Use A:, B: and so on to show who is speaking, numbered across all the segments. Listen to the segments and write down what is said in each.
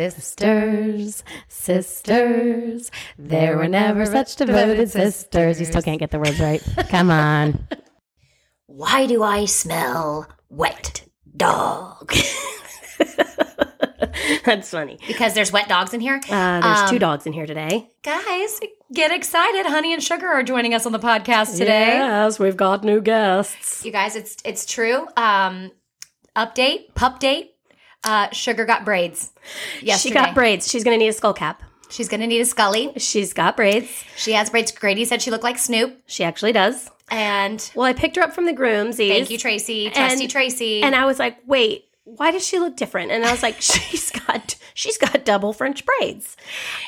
A: Sisters, sisters, there were never such devoted sisters. You still can't get the words right. Come on.
B: Why do I smell wet dog? That's funny.
A: Because there's wet dogs in here.
B: Uh, there's
A: Um,
B: two dogs in here today.
A: Guys, get excited. Honey and Sugar are joining us on the podcast today.
B: Yes, we've got new guests.
A: You guys, it's it's true. Um update, pup date. Uh Sugar got braids. Yesterday.
B: She got braids. She's going to need a skull cap.
A: She's gonna need a scully.
B: She's got braids.
A: She has braids. Grady said she looked like Snoop.
B: She actually does.
A: And
B: Well, I picked her up from the groom's.
A: thank you, Tracy. Trusty
B: And-
A: Tracy.
B: And I was like, wait, why does she look different? And I was like, she's got she's got double French braids.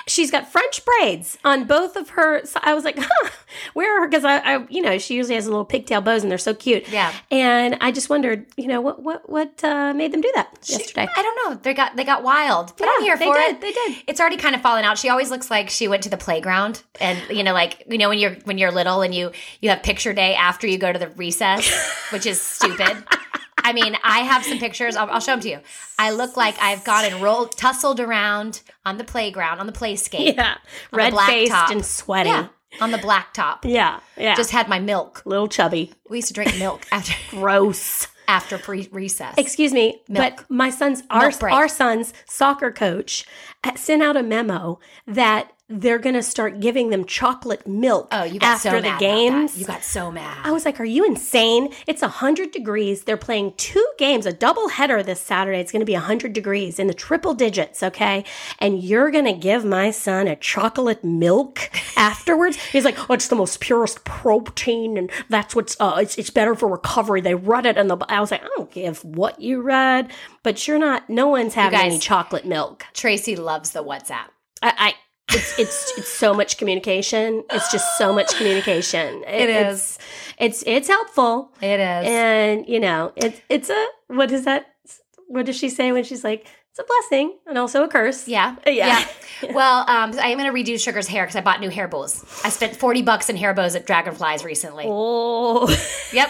B: She's got French braids on both of her. So I was like, huh, where are because I, I, you know, she usually has little pigtail bows and they're so cute.
A: Yeah.
B: And I just wondered, you know, what what what uh, made them do that yesterday?
A: I don't know. They got they got wild. But I'm
B: Yeah,
A: here
B: they
A: for
B: did,
A: it.
B: They did.
A: It's already kind of fallen out. She always looks like she went to the playground, and you know, like you know, when you're when you're little and you you have picture day after you go to the recess, which is stupid. I mean, I have some pictures. I'll, I'll show them to you. I look like I've gone and rolled, tussled around on the playground on the playscape.
B: Yeah.
A: the
B: Red
A: black
B: faced
A: top.
B: and sweaty.
A: Yeah,
B: Yeah.
A: on the blacktop.
B: Yeah.
A: Just had my milk.
B: little chubby.
A: We used to drink milk after
B: Gross.
A: after pre- recess.
B: Excuse me,
A: Milk.
B: but my son's our,
A: Milk break.
B: our son's soccer coach uh, sent out a memo that they're going to start giving them chocolate milk
A: oh, you got
B: after
A: so mad
B: the
A: about that.
B: games.
A: You got so mad.
B: I was like, "Are you insane? It's 100 degrees. They're playing two games, a double header this Saturday. It's going to be 100 degrees in the triple digits, okay? And you're going to give my son a chocolate milk afterwards?" He's like, "Oh, it's the most purest protein and that's what's uh it's, it's better for recovery. They read it and the I was like, "I don't give what you read, but you're not no one's having
A: guys-
B: any chocolate milk."
A: Tracy loves the WhatsApp.
B: I, I it's it's it's so much communication. It's just so much communication.
A: It
B: it's- It's it's helpful,
A: It is.
B: and you know it's it's a what is that? What does she say when she's like it's a blessing and also a curse?
A: Yeah.
B: Uh, Yeah.
A: Yeah. Well, um, I am going to redo Sugar's hair because I bought new hair bows. I spent 40 bucks in hair bows at Dragonflies recently.
B: Oh,
A: Yep.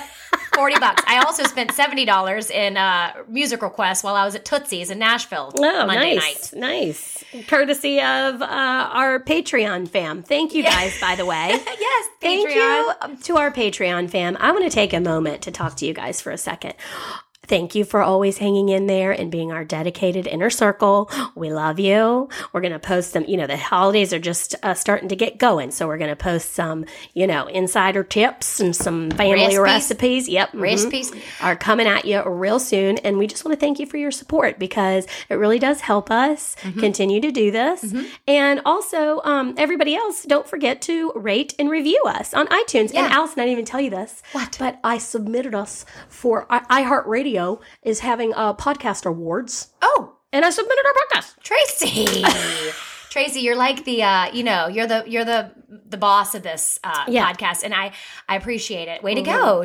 A: 40 bucks. I also spent $70 in uh, music requests while I was at Tootsie's in Nashville
B: oh,
A: Monday night.
B: nice, nice. Courtesy of uh, our Patreon fam. Thank you guys, by the way.
A: Yes.
B: Thank
A: Patreon.
B: you um, to our Patreon fam. I want to take a moment to talk to you guys for a second. Thank you for always hanging in there and being our dedicated inner circle. We love you. We're going to post some, you know, the holidays are just uh, starting to get going. So we're going to post some, you know, insider tips and some family
A: Recipes.
B: recipes. Yep. mhm,
A: Recipes.
B: Are coming at you real soon. And we just want to thank you for your support because it really does help us continue to do this. And also, um, everybody else, don't forget to rate and review us on iTunes.
A: Yeah.
B: And Allison, I didn't even tell you this.
A: What?
B: But I submitted us for I- iHeartRadio is having a podcast awards.
A: Oh,
B: And I submitted our podcast.
A: Tracy. Tracy, you're like the uh, you know, you're the you're the the boss of this uh,
B: Yeah. Mm-hmm.
A: podcast, and I I appreciate it. Way to go,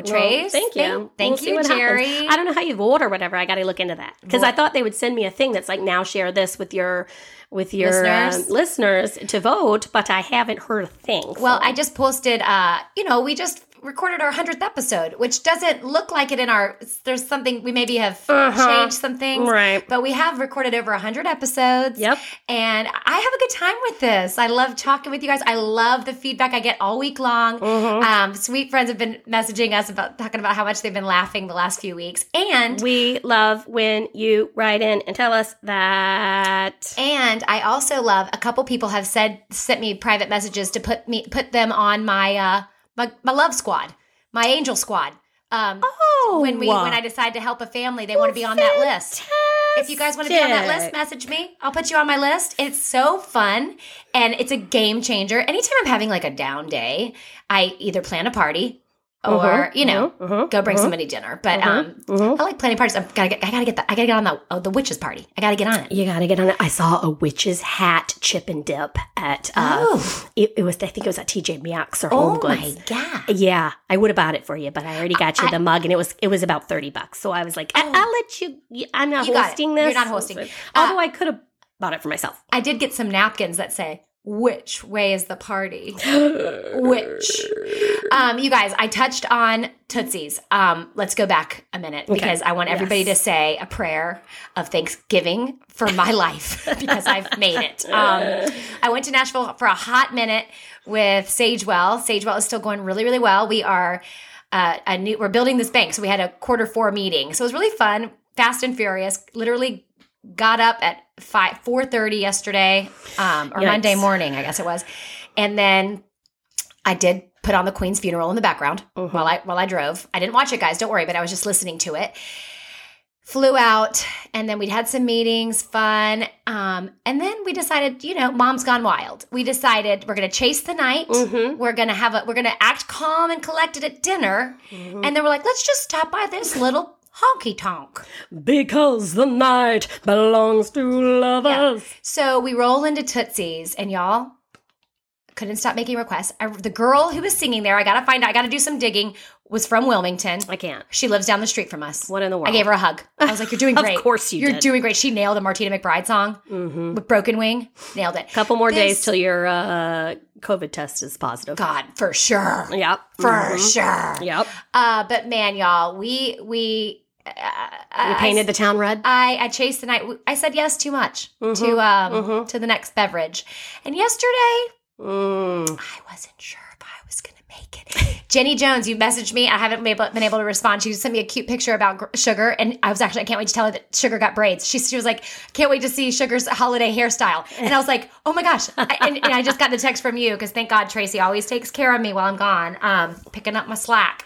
B: Well,
A: Trace.
B: thank you.
A: Thank,
B: We'll see what
A: you, Jerry.
B: happens. I don't know how you vote or whatever. I got to look into that because I thought they would send me a thing that's like now share this with your with your um,
A: Listeners?
B: listeners to vote, but I haven't heard a thing.
A: Well, I just posted. Uh, you know, we just recorded our hundredth episode, which doesn't look like it in our. There's something we maybe have
B: Uh-huh.
A: changed some things,
B: Right.
A: But we have recorded over hundred episodes.
B: Yep.
A: And I have a good time with this. I love talking with you guys. I love the feedback I get all week long.
B: Mm-hmm.
A: Um, sweet friends have been messaging us about talking about how much they've been laughing the last few weeks, and
B: we love when you write in and tell us that.
A: And I also love a couple people have said sent me private messages to put me put them on my uh my, my love squad, my angel squad. Um
B: Oh,
A: when we when I decide to help a family, they want to be on that list. If you guys want to be on that list, message me. I'll put you on my list. It's so fun and it's a game changer. Anytime I'm having like a down day, I either plan a party or, you know, go bring somebody dinner. But um I like planning parties. I gotta get I gotta get the I gotta get on the oh, the witches party. I gotta get on it.
B: You gotta get on it. I saw a witch's hat chip and dip at. Uh,
A: Oh.
B: it, it was I think it was at TJ Maxx or
A: Oh
B: Home Goods.
A: my god!
B: Yeah, I would have bought it for you, but I already got you the mug, and it was it was about thirty bucks. So I was like, I- I'll let you. I'm not
A: Oh. You got it.
B: hosting
A: You're
B: this.
A: not hosting. Uh,
B: Although I could have bought it for myself.
A: I did get some napkins that say which way is the party? which? Um, you guys, I touched on Tootsie's. Um, let's go back a minute because I want everybody
B: Yes.
A: to say a prayer of thanksgiving for my life because I've made it. Um, I went to Nashville for a hot minute with Sagewell. Sagewell is still going really, really well. We are uh, a new. We're building this bank, so we had a quarter four meeting. So it was really fun, fast and furious. Literally got up at five four thirty yesterday, um, or
B: Yikes.
A: Monday morning, I guess it was, and then I did put on the Queen's funeral in the background while I while I drove. I didn't watch it, guys. Don't worry, but I was just listening to it. Flew out, and then we'd had some meetings, fun, um, and then we decided, you know, mom's gone wild. We decided we're gonna chase the night. We're gonna have a we're gonna act calm and collected at dinner, and then we're like, let's just stop by this little honky tonk.
B: Because the night belongs to lovers.
A: So we roll into Tootsie's, and y'all couldn't stop making requests. I, the girl who was singing there, I gotta find out, I gotta do some digging, was from Wilmington.
B: I can't.
A: She lives down the street from us.
B: What in the world?
A: I gave her a hug. I was like, "You're doing
B: Of
A: great.
B: course you
A: You're
B: did. Mm-hmm.
A: doing great." She nailed a Martina McBride song with "Broken Wing." Nailed it.
B: couple more days
A: This-
B: till your uh, COVID test is positive.
A: God, for sure,
B: Yep. Mm,
A: for sure.
B: Yep.
A: Uh, but man, y'all, we we uh,
B: You painted the town red.
A: I, I chased the night. I said yes too much
B: Mm-hmm.
A: to um to the next beverage, and yesterday
B: Mm.
A: I wasn't sure if I was going to make it. Jenny Jones, you messaged me. I haven't been able, been able to respond. She sent me a cute picture about gr- Sugar, and I was actually, I can't wait to tell her that Sugar got braids. She, she was like, can't wait to see Sugar's holiday hairstyle. And I was like, oh my gosh. I, and, and I just got the text from you because thank God Tracy always takes care of me while I'm gone, um, picking up my slack.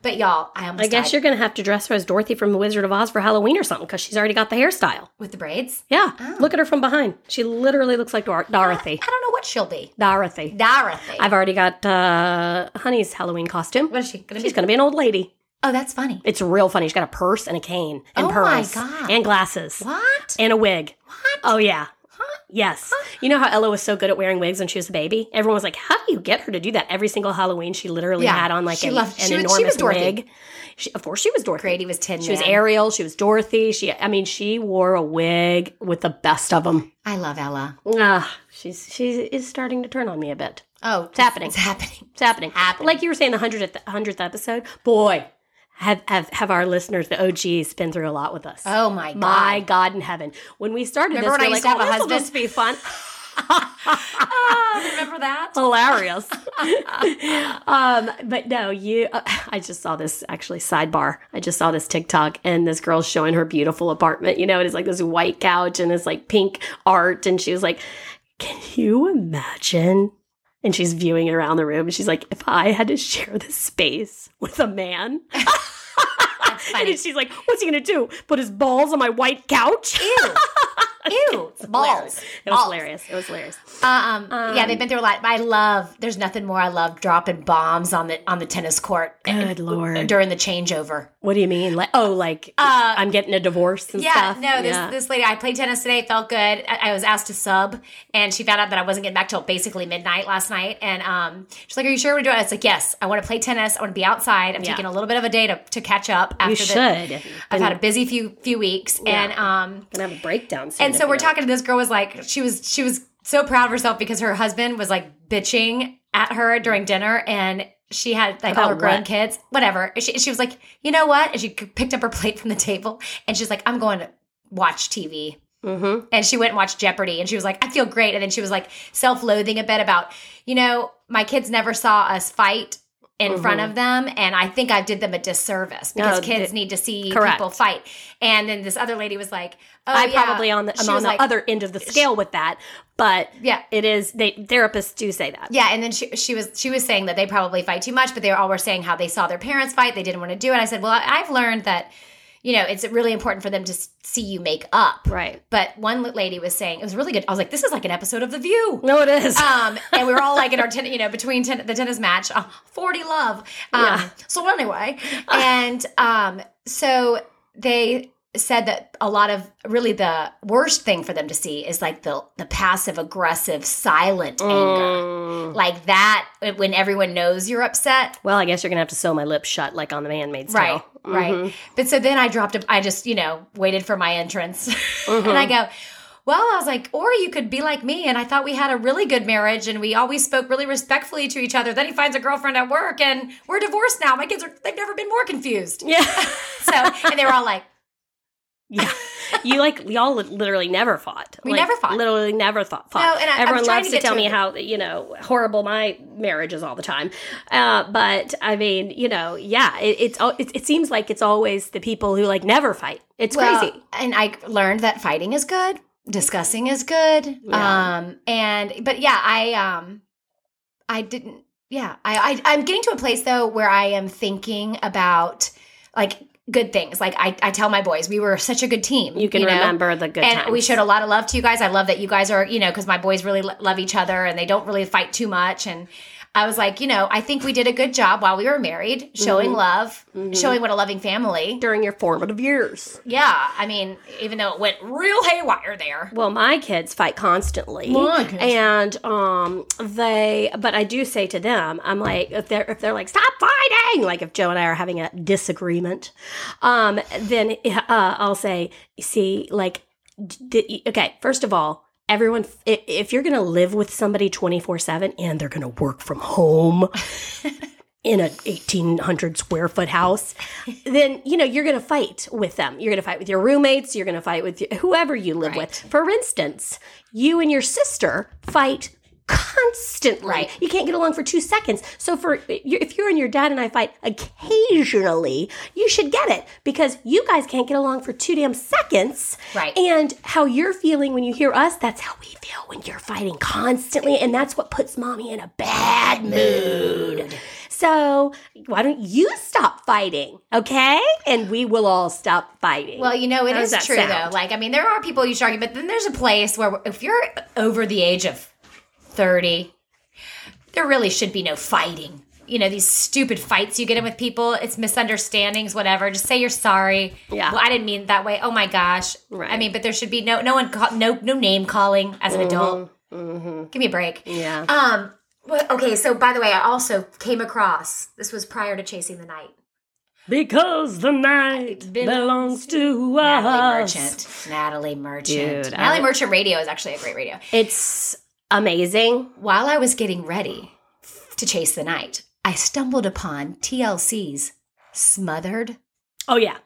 A: But y'all, I almost
B: I guess
A: died
B: you're going to have to dress her as Dorothy from The Wizard of Oz for Halloween or something because she's already got the hairstyle.
A: with the braids.
B: Yeah. Look at her from behind. She literally looks like Dor- Dorothy.
A: I don't know what she'll be.
B: Dorothy.
A: Dorothy.
B: I've already got uh, Honey's Halloween costume.
A: what is she going to
B: She's
A: be?
B: going to be an old lady.
A: Oh, that's funny.
B: It's real funny. She's got a purse and a cane and
A: Oh my
B: pearls
A: God.
B: and glasses
A: What?
B: and a wig.
A: What?
B: Oh yeah. Yes. You know how Ella was so good at wearing wigs when she was a baby? Everyone was like, "How do you get her to do that?" Every single Halloween, she literally
A: Yeah.
B: had on like
A: She
B: a,
A: loved-
B: an
A: she was- she
B: enormous
A: was Dorothy.
B: wig. She, of course, she was Dorothy.
A: Grady was 10
B: She was Ariel. She was Dorothy. She, I mean, she wore a wig with the best of them.
A: I love Ella.
B: Ah, she's she is starting to turn on me a bit.
A: Oh, it's
B: happening.
A: It's happening.
B: It's happening.
A: Happening.
B: Like you were saying, the hundredth hundredth episode. Boy, have have have our listeners, the OGs, been through a lot with us.
A: Oh my god.
B: My God in heaven. When we started this,
A: Remember when
B: we
A: I
B: were
A: used
B: like,
A: to have a
B: oh,
A: husband?"
B: this will just be fun.
A: Ah, remember that?
B: Hilarious. um, but no, you, uh, I just saw this actually sidebar. I just saw this TikTok and this girl's showing her beautiful apartment. You know, it is like this white couch and this like pink art. And she was like, can you imagine? And she's viewing it around the room. And she's like, if I had to share this space with a man.
A: funny.
B: And she's like, what's he going to do? Put his balls on my white couch?
A: Ew, balls.
B: It was
A: Balls.
B: hilarious. It was hilarious.
A: Um, yeah, they've been through a lot. But I love. There's nothing more I love dropping bombs on the on the tennis court
B: Good lord.
A: during the changeover.
B: What do you mean? Like oh, like I'm getting a divorce and
A: Uh, Yeah,
B: stuff.
A: no, this
B: Yeah.
A: this lady. I played tennis today. Felt good. I, I was asked to sub, and she found out that I wasn't getting back till basically midnight last night. And um, she's like, "Are you sure we're doing?" it?" I was like, "Yes, I want to play tennis. I want to be outside. I'm taking a little bit of a day to, to catch up after
B: you
A: the-
B: should.
A: I've had a busy few few weeks, and um,
B: gonna have a breakdown.
A: and so we're talking to this girl was like she was she was so proud of herself because her husband was like bitching at her during dinner and she had like all
B: About
A: her grown
B: what?
A: kids whatever she, she was like you know what and she picked up her plate from the table and she's like i'm going to watch tv
B: Mm-hmm.
A: and she went and watched Jeopardy and she was like, I feel great. And then she was like self loathing a bit about, you know, my kids never saw us fight in front of them. And I think I did them a disservice because
B: Mm-hmm. No, th-
A: kids need to see
B: correct.
A: people fight. And then this other lady was like, Oh,
B: I
A: yeah.
B: probably on the
A: She
B: I'm on
A: was
B: the
A: like-
B: other end of the scale with that, but
A: Yeah.
B: it is. They therapists do say that.
A: Yeah, and then she, she was she was saying that they probably fight too much, but they all were saying how they saw their parents fight, they didn't want to do it. I said, well, I- I've learned that, you know, it's really important for them to s- see you make up.
B: Right.
A: But one lady was saying it was really good. I was like, this is like an episode of The View.
B: No, it is.
A: Um, and we were all like in our ten, you know, between ten, the tennis match, uh, forty love. Um, So anyway, and um, so they said that a lot of really the worst thing for them to see is like the the passive aggressive silent anger,
B: Mm.
A: like that uh, when everyone knows you're upset.
B: Well, I guess you're gonna have to sew my lips shut, like on the man-made scale.
A: Right, right. But so then I dropped. A, I just you know waited for my entrance, and I go, well, I was like, or you could be like me. And I thought we had a really good marriage and we always spoke really respectfully to each other. Then he finds a girlfriend at work and we're divorced now. My kids are, they've never been more confused.
B: Mm-hmm. Yeah.
A: So, and they were all like,
B: Yeah. You like y'all li- literally never fought.
A: We
B: Like,
A: never fought.
B: Literally never thought. fought.
A: No, and I- I'm
B: everyone
A: trying
B: loves
A: to
B: to,
A: get
B: tell
A: to
B: me
A: a-
B: how you know horrible my marriage is all the time. Uh, but I mean, you know, yeah, it, it's al- it, it seems like it's always the people who like never fight. It's
A: Well,
B: crazy.
A: And I learned that fighting is good, discussing is good.
B: Yeah.
A: Um and but yeah, I um I didn't yeah, I, I I'm getting to a place though where I am thinking about like good things. Like I, I tell my boys, we were such a good team.
B: You can
A: know?
B: remember the good
A: and
B: times.
A: we showed a lot of love to you guys. I love that you guys are, you know, because my boys really lo- love each other and they don't really fight too much. And I was like, you know, I think we did a good job while we were married, showing
B: Mm-hmm.
A: love, showing what a loving family.
B: during your formative years.
A: Yeah, I mean, even though it went real haywire there.
B: Well, my kids fight constantly,
A: My kids.
B: and um, they. But I do say to them, I'm like, if they're if they're like, stop fighting, like if Joe and I are having a disagreement, um, then uh, I'll say, see, like, d- okay, first of all. Everyone, if- if you're going to live with somebody 24 7 and they're going to work from home, in a 1800 square foot house then you know you're going to fight with them you're going to fight with your roommates you're going to fight with your, whoever you live with for instance you and your sister fight constantly
A: Right.
B: you can't get along for two seconds so for if you and your dad and i fight occasionally you should get it because you guys can't get along for two damn seconds
A: Right.
B: and how you're feeling when you hear us that's how we feel when you're fighting constantly and that's what puts mommy in a bad mood so why don't you stop fighting, okay? And we will all stop fighting.
A: Well, you know, it
B: How
A: is
B: does that
A: true
B: sound?
A: though. Like, I mean, there are people you should argue, but then there's a place where if you're over the age of 30, there really should be no fighting. You know, these stupid fights you get in with people, it's misunderstandings, whatever. Just say you're sorry.
B: Yeah.
A: Well, I didn't mean it that way. Oh my gosh.
B: Right.
A: I mean, but there should be no no one call, no no name calling as an adult. Give me a break.
B: yeah.
A: Um. well, Okay. So, by the way, I also came across this was prior to Chasing the Night.
B: Because the night belongs to us.
A: Natalie Merchant. Natalie Merchant.
B: Dude, I-
A: Natalie Merchant Radio is actually a great radio.
B: It's amazing.
A: While I was getting ready to chase the night, I stumbled upon TLC's Smothered.
B: Oh yeah.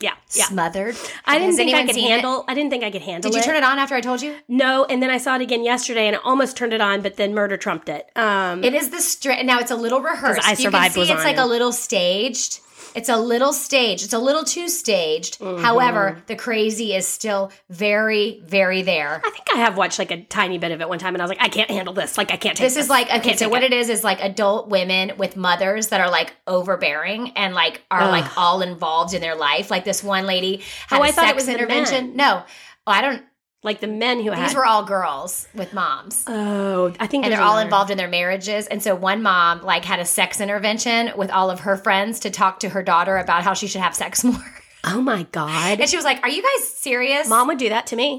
B: Yeah. Yeah.
A: Smothered.
B: I didn't
A: Has
B: think I
A: anyone
B: could
A: seen it?
B: handle I didn't think I could handle
A: Did you
B: it.
A: turn it on after I told you?
B: No, and then I saw it again yesterday and I almost turned it on, but then murder trumped it. Um
A: It is the straight. Now it's a little rehearsed.
B: I Survived
A: you can
B: was
A: see it's
B: on
A: like
B: it.
A: a little staged. It's a little staged. It's a little too staged.
B: Mm-hmm.
A: However, the crazy is still very, very there.
B: I think I have watched like a tiny bit of it one time and I was like, I can't handle this. Like I can't take
A: This is like okay, so
B: take
A: what it is is like adult women with mothers that are like overbearing and like are like all involved in their life. Like this one lady had
B: Oh,
A: a
B: I thought it
A: sex
B: was the
A: intervention. No, oh, I don't.
B: like the men who
A: These
B: had
A: were all girls with moms.
B: Oh, I think
A: and
B: there's
A: they're all
B: another-
A: involved in their marriages. And so one mom like had a sex intervention with all of her friends to talk to her daughter about how she should have sex more.
B: Oh my god.
A: And she was like, "Are you guys serious
B: Mom would do that to me.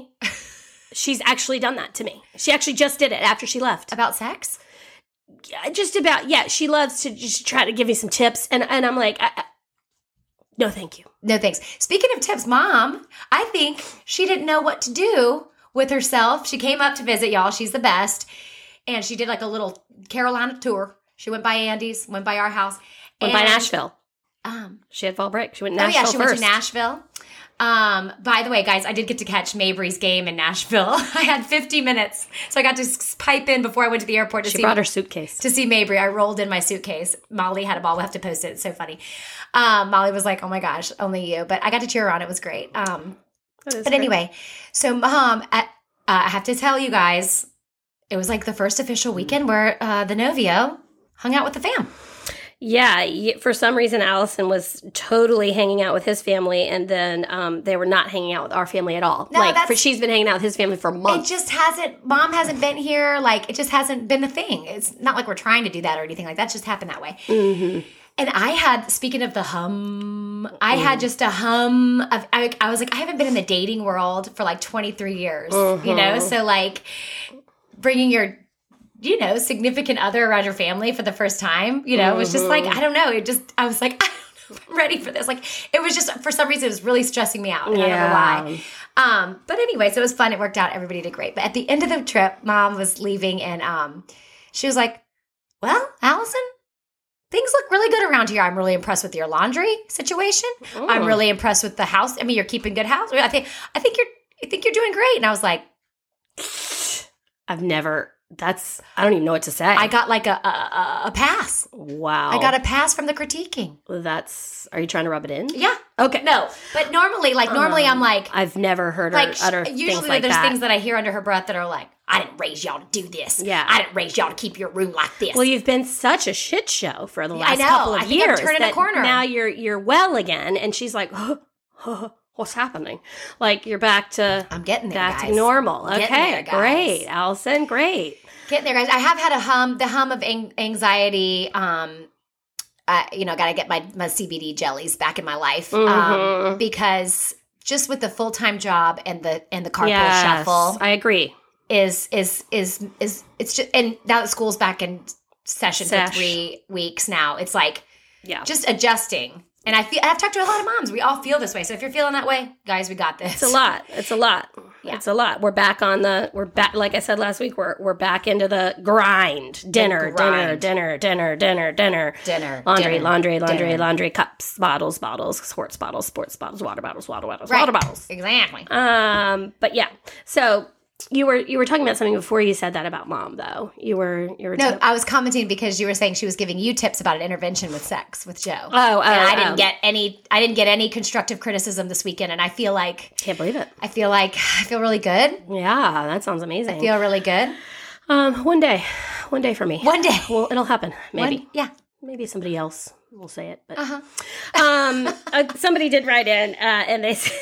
B: She's actually done that to me. She actually just did it after she left.
A: about sex?"
B: Yeah, Just about yeah. She loves to just try to give me some tips, and and I'm like, I, I, no, thank you.
A: No thanks. Speaking of tips, mom, I think she didn't know what to do with herself. She came up to visit y'all. She's the best. And she did like a little Carolina tour. She went by Andy's, went by our house.
B: Went by
A: and,
B: Nashville.
A: Um,
B: She had fall break. She went
A: oh,
B: Nashville
A: yeah, she
B: first.
A: went to Nashville. Um, by the way, guys, I did get to catch Mabry's game in Nashville. I had 50 minutes. So I got to s- pipe in before I went to the airport to
B: She
A: see
B: brought her suitcase.
A: to see Mabry. I rolled in my suitcase. Molly had a ball. We'll have to post it. It's so funny. Um, Molly was like, oh my gosh, only you. But I got to cheer her on. It was great. Um, but anyway, so mom, I, uh, I have to tell you guys, it was like the first official weekend where uh, the Novio hung out with the fam.
B: Yeah, y- for some reason Allison was totally hanging out with his family, and then um, they were not hanging out with our family at all.
A: No,
B: like
A: that's-
B: for, she's been hanging out with his family for
A: It
B: months.
A: just hasn't, mom hasn't been here. Like, it just hasn't been a thing. It's not like we're trying to do that or anything like that. It's just happened that way. And I had, speaking of the hum, I had just a hum of, I, I was like, I haven't been in the dating world for like 23 years, you know? So, like, bringing your, you know, significant other around your family for the first time, you know, was just like, I don't know. It just, I was like, I don't know. ready for this. Like it was just for some reason it was really stressing me out. And I don't know why. Um, but anyway, so it was fun. It worked out. Everybody did great. But at the end of the trip, mom was leaving and um, she was like, Well, Allison, things look really good around here. I'm really impressed with your laundry situation.
B: Oh.
A: I'm really impressed with the house. I mean, you're keeping good house. I think I think you're I think you're doing great. And I was like,
B: I've never. That's. I don't even know what to say.
A: I got like a a, a- a pass.
B: wow.
A: I got a pass from the critiquing.
B: That's. Are you trying to rub it in?
A: Yeah.
B: Okay. Um,
A: No, but normally, like normally, I'm like,
B: I've never heard her
A: like sh-
B: utter things
A: usually
B: like
A: there's
B: that.
A: things that I hear under her breath that are like, I didn't raise y'all to do this.
B: Yeah.
A: I didn't raise y'all to keep your room like this.
B: well, you've been such a shit show for the
A: I
B: last
A: know.
B: couple of
A: I think I'm
B: years.
A: turning a
B: that
A: corner.
B: Now you're you're well again, and she's like, "What's happening? Like you're back to
A: I'm getting there,
B: back
A: guys.
B: to normal."
A: Getting
B: okay,
A: there, guys.
B: great, Allison, great.
A: Getting there, guys. I have had a hum, the hum of ang- anxiety. Um, uh, you know, got to get my, my CBD jellies back in my life um,
B: Mhm.
A: because just with the full time job and the and the carpool
B: Yes,
A: shuffle
B: I agree.
A: is is is is it's just and now that school's back in session for
B: Sesh.
A: three weeks now, it's like
B: Yeah,
A: just adjusting. And I feel I've talked to a lot of moms. We all feel this way. So if you're feeling that way, guys, we got this.
B: It's a lot. It's a lot.
A: Yeah.
B: It's a lot. We're back on the we're back like I said last week, we're we're back into the grind. Dinner,
A: grind.
B: dinner, dinner, dinner, dinner, dinner.
A: Dinner,
B: Laundry,
A: dinner,
B: laundry, laundry,
A: dinner.
B: laundry, cups, bottles, bottles, sports bottles, sports bottles, water bottles, water bottles,
A: Right.
B: water bottles.
A: Exactly.
B: Um, but yeah. So you were you were talking about something before you said that about mom though. You were you were
A: No,
B: talking-
A: I was commenting because you were saying she was giving you tips about an intervention with sex with Joe.
B: Oh, oh,
A: and I didn't
B: oh.
A: get any. I didn't get any constructive criticism this weekend, and I feel like
B: can't believe it.
A: I feel like I feel really good.
B: Yeah, that sounds amazing.
A: I feel really good.
B: um one day. One day for me.
A: One day,
B: Well, it'll happen. Maybe.
A: One- yeah.
B: Maybe somebody else will say it, but
A: Uh-huh.
B: um, uh, somebody did write in, uh, and they said,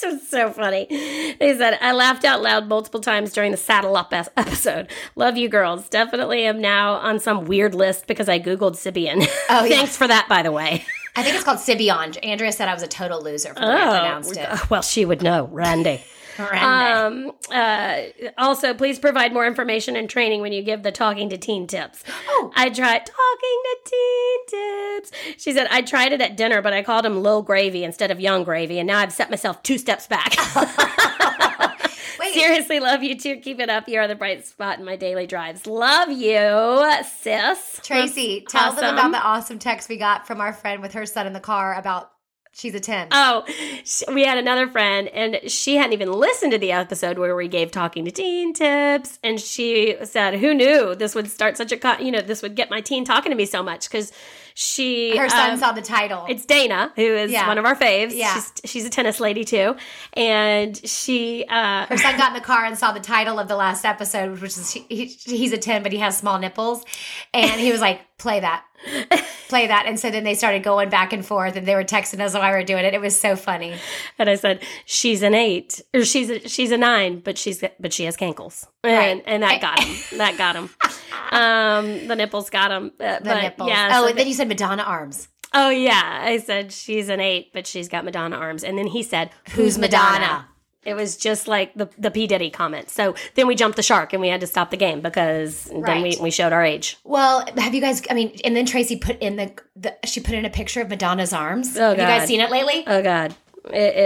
B: this was so funny. They said, I laughed out loud multiple times during the saddle up es- episode. Love you girls. Definitely am now on some weird list because I Googled Sibian.
A: Oh, yeah.
B: Thanks for that, by the way.
A: I think it's called Sibion. Andrea said I was a total loser for the way I pronounced it.
B: Oh, well, she would know, Randy.
A: Horrendous.
B: um, uh, also, please provide more information and training when you give the talking to teen tips.
A: Oh.
B: I tried talking to teen tips. She said, I tried it at dinner, but I called him Lil Gravy instead of Young Gravy, and now I've set myself two steps back.
A: Wait,
B: Seriously, love you too. Keep it up. You're the bright spot in my daily drives. Love you, sis.
A: Tracy,
B: That's
A: tell them about
B: awesome.
A: the awesome text we got from our friend with her son in the car about she's a ten.
B: Oh, sh- we had another friend, and she hadn't even listened to the episode where we gave talking to teen tips, and she said, "Who knew this would start such a co- you know this would get my teen talking to me so much?" Because she
A: her son
B: um,
A: saw the title.
B: it's Dana, who is
A: Yeah.
B: one of our faves.
A: Yeah.
B: She's, she's a tennis lady too, and she uh,
A: Her son got in the car and saw the title of the last episode, which is he, he- he's a 10, but he has small nipples. And he was like, play that, play that. And so then they started going back and forth and they were texting us while we were doing it. It was so funny.
B: and I said she's an eight or she's a, she's a nine, but she's but she has cankles, and and that got him. that got him. Um, the nipples got him. Uh,
A: The
B: but
A: nipples.
B: Yeah,
A: oh,
B: so
A: and then you said Madonna arms.
B: Oh yeah, I said she's an eight, but she's got Madonna arms. And then he said, "Who's Madonna?"
A: Madonna?
B: It was just like the the P Diddy comment. So then we jumped the shark and we had to stop the game because then we,
A: Right.
B: we showed our age.
A: Well, have you guys, I mean, and then Tracy put in the, the she put in a picture of Madonna's arms.
B: Oh,
A: have you guys
B: God.
A: seen it lately?
B: Oh God, it,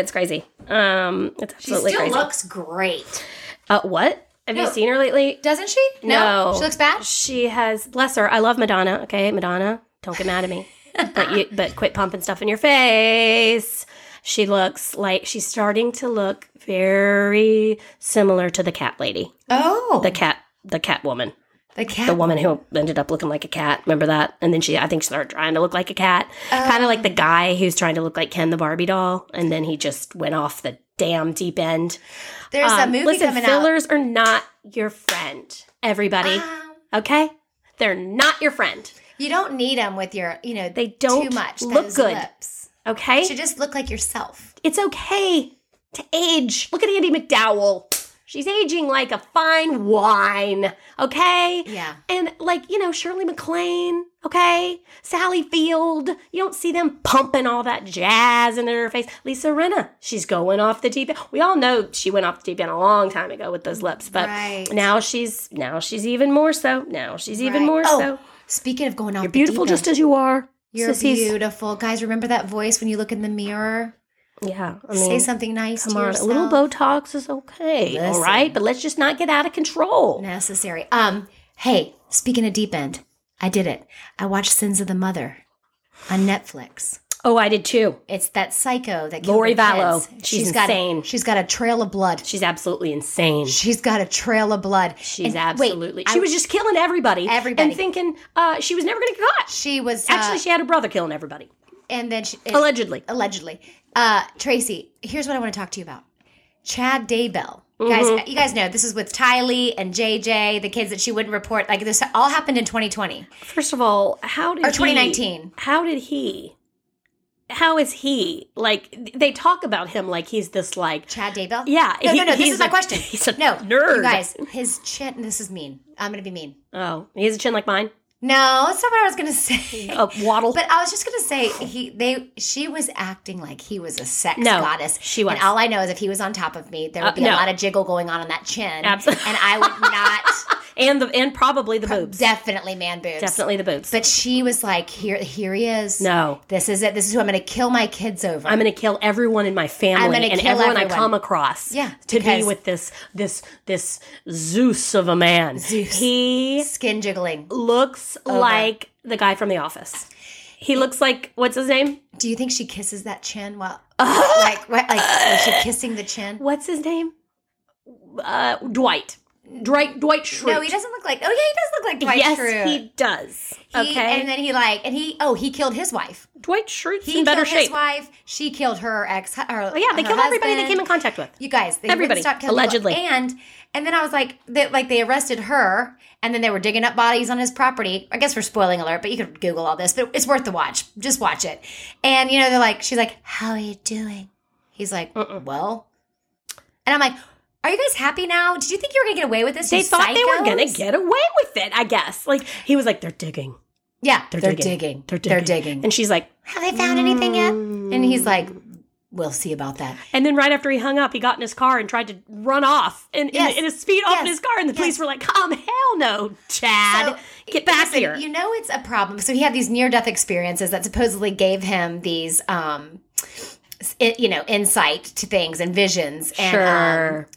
B: it's crazy. Um, it's
A: she
B: absolutely
A: still
B: crazy.
A: looks great.
B: uh, what have you
A: No.
B: seen her lately?
A: Doesn't she?
B: No.
A: She looks bad?
B: She has bless her. I love Madonna. Okay, Madonna, don't get mad at me, but you but quit pumping stuff in your face. She looks like she's starting to look very similar to the cat lady,
A: Oh.
B: the cat, the cat woman,
A: the cat.
B: the woman who ended up looking like a cat. Remember that? And then she, I think, she started trying to look like a cat, kind of
A: Oh.
B: like the guy who's trying to look like Ken the Barbie doll, and then he just went off the damn deep end.
A: There's a
B: Um,
A: movie
B: listen,
A: coming out.
B: fillers are not your friend, everybody.
A: Um,
B: Okay? They're not your friend.
A: You don't need them with your, you know,
B: They don't
A: too much.
B: look
A: those
B: good.
A: Lips.
B: Okay?
A: You should just look like yourself.
B: it's okay to age. Look at Andy McDowell. She's aging like a fine wine. Okay?
A: Yeah.
B: And like, you know, Shirley MacLaine, okay? Sally Field. You don't see them pumping all that jazz into her face. Lisa Renna, she's going off the deep end. We all know she went off the deep end a long time ago with those lips, but
A: Right.
B: now she's now she's even more so. Now she's even
A: Right.
B: more
A: Oh,
B: so.
A: Speaking of going off,
B: You're beautiful just as you are.
A: You're
B: Sissies.
A: beautiful. Guys, remember that voice when you look in the mirror?
B: Yeah. I
A: Say
B: mean,
A: something nice
B: Come
A: to
B: on.
A: yourself.
B: A little Botox is okay. All
A: Listen.
B: right. But let's just not get out of control.
A: necessary. Um, hey, speaking of deep end, I did it. I watched Sins of the Mother on Netflix.
B: Oh, I did too.
A: It's that psycho that killed
B: Lori
A: her
B: Vallow.
A: kids.
B: She's
A: got
B: insane.
A: A, she's got a trail of blood.
B: She's absolutely insane.
A: She's got a trail of blood.
B: She's
A: And wait,
B: absolutely. she
A: I-
B: was just killing everybody.
A: Everybody.
B: And thinking uh, she was never going to get caught.
A: She was uh,
B: Actually, she had her brother killing everybody.
A: and then she,
B: Allegedly.
A: allegedly. Uh, Tracy, here's what I want to talk to you about. Chad Daybell. Guys,
B: Mm-hmm.
A: you guys know this is with Tylee and JJ, the kids that she wouldn't report. Like this all happened in 2020.
B: First of all, how did
A: Or
B: he-
A: 2019.
B: how did he? How is he? Like th- they talk about him like he's this like
A: Chad Daybell?
B: Yeah,
A: No,
B: he-
A: no, no. This
B: he's
A: is my
B: a-
A: question.
B: he's a
A: no,
B: nerd.
A: You guys, his chin. This is mean. I'm going to be mean.
B: oh he has a chin like mine.
A: No, that's not what I was going to say.
B: A waddle.
A: But I was just gonna say he they she was acting like he was a sex
B: No,
A: goddess.
B: she was.
A: And all I know is if he was on top of me, there would
B: Uh,
A: be
B: no.
A: a lot of jiggle going on on that chin.
B: Absolutely.
A: And I would not
B: and the and probably the boobs.
A: definitely man boobs.
B: Definitely the boobs.
A: But she was like, here here he is.
B: no,
A: This is it. This is who I'm gonna kill my kids over.
B: I'm going to kill everyone in my family
A: I'm gonna
B: and
A: kill
B: everyone, I
A: everyone.
B: come across.
A: Yeah,
B: to be
A: because-
B: with this this this Zeus of a man.
A: Zeus.
B: He
A: Skin jiggling.
B: looks like the guy from The Office. He looks like what's his name?
A: Do you think she kisses that chin while like what, like is she kissing the chin?
B: What's his name? Uh, Dwight. Dwight. Dwight Schrute.
A: No, he doesn't look like. Oh yeah, he does look like Dwight
B: yes,
A: Schrute.
B: he does.
A: He-
B: okay.
A: and then he like and he oh he killed his wife.
B: Dwight Schrute's
A: He
B: in better
A: killed
B: shape.
A: his wife. She killed her ex. Her,
B: Oh, yeah, they killed everybody they came in contact with.
A: You guys, they
B: Everybody,
A: everybody stop killing
B: allegedly.
A: people. and and then I was like, they, like they arrested her, and then they were digging up bodies on his property. I guess we're spoiling alert, but you could Google all this, but it's worth the watch. Just watch it. And you know, they're like, she's like, "How are you doing?" He's like, "Well," and I'm like, "Are you guys happy now? Did you think you were gonna get away with this?
B: They
A: you
B: thought they were gonna
A: psychos?"
B: get away with it. I guess. Like he was like, they're digging.
A: Yeah,
B: They're,
A: they're,
B: digging.
A: digging.
B: They're digging.
A: They're digging.
B: And she's like,
A: Have they found anything yet? And he's like, "We'll see about that."
B: and then right after he hung up, he got in his car and tried to run off and
A: Yes.
B: in, in a speed off in
A: Yes.
B: his car. And the police
A: Yes.
B: were like, um, hell no, Chad,
A: So,
B: get back
A: listen,
B: here.
A: You know it's a problem. So he had these near death experiences that supposedly gave him these, um, s- i- you know, insight to things and visions and um,
B: sure.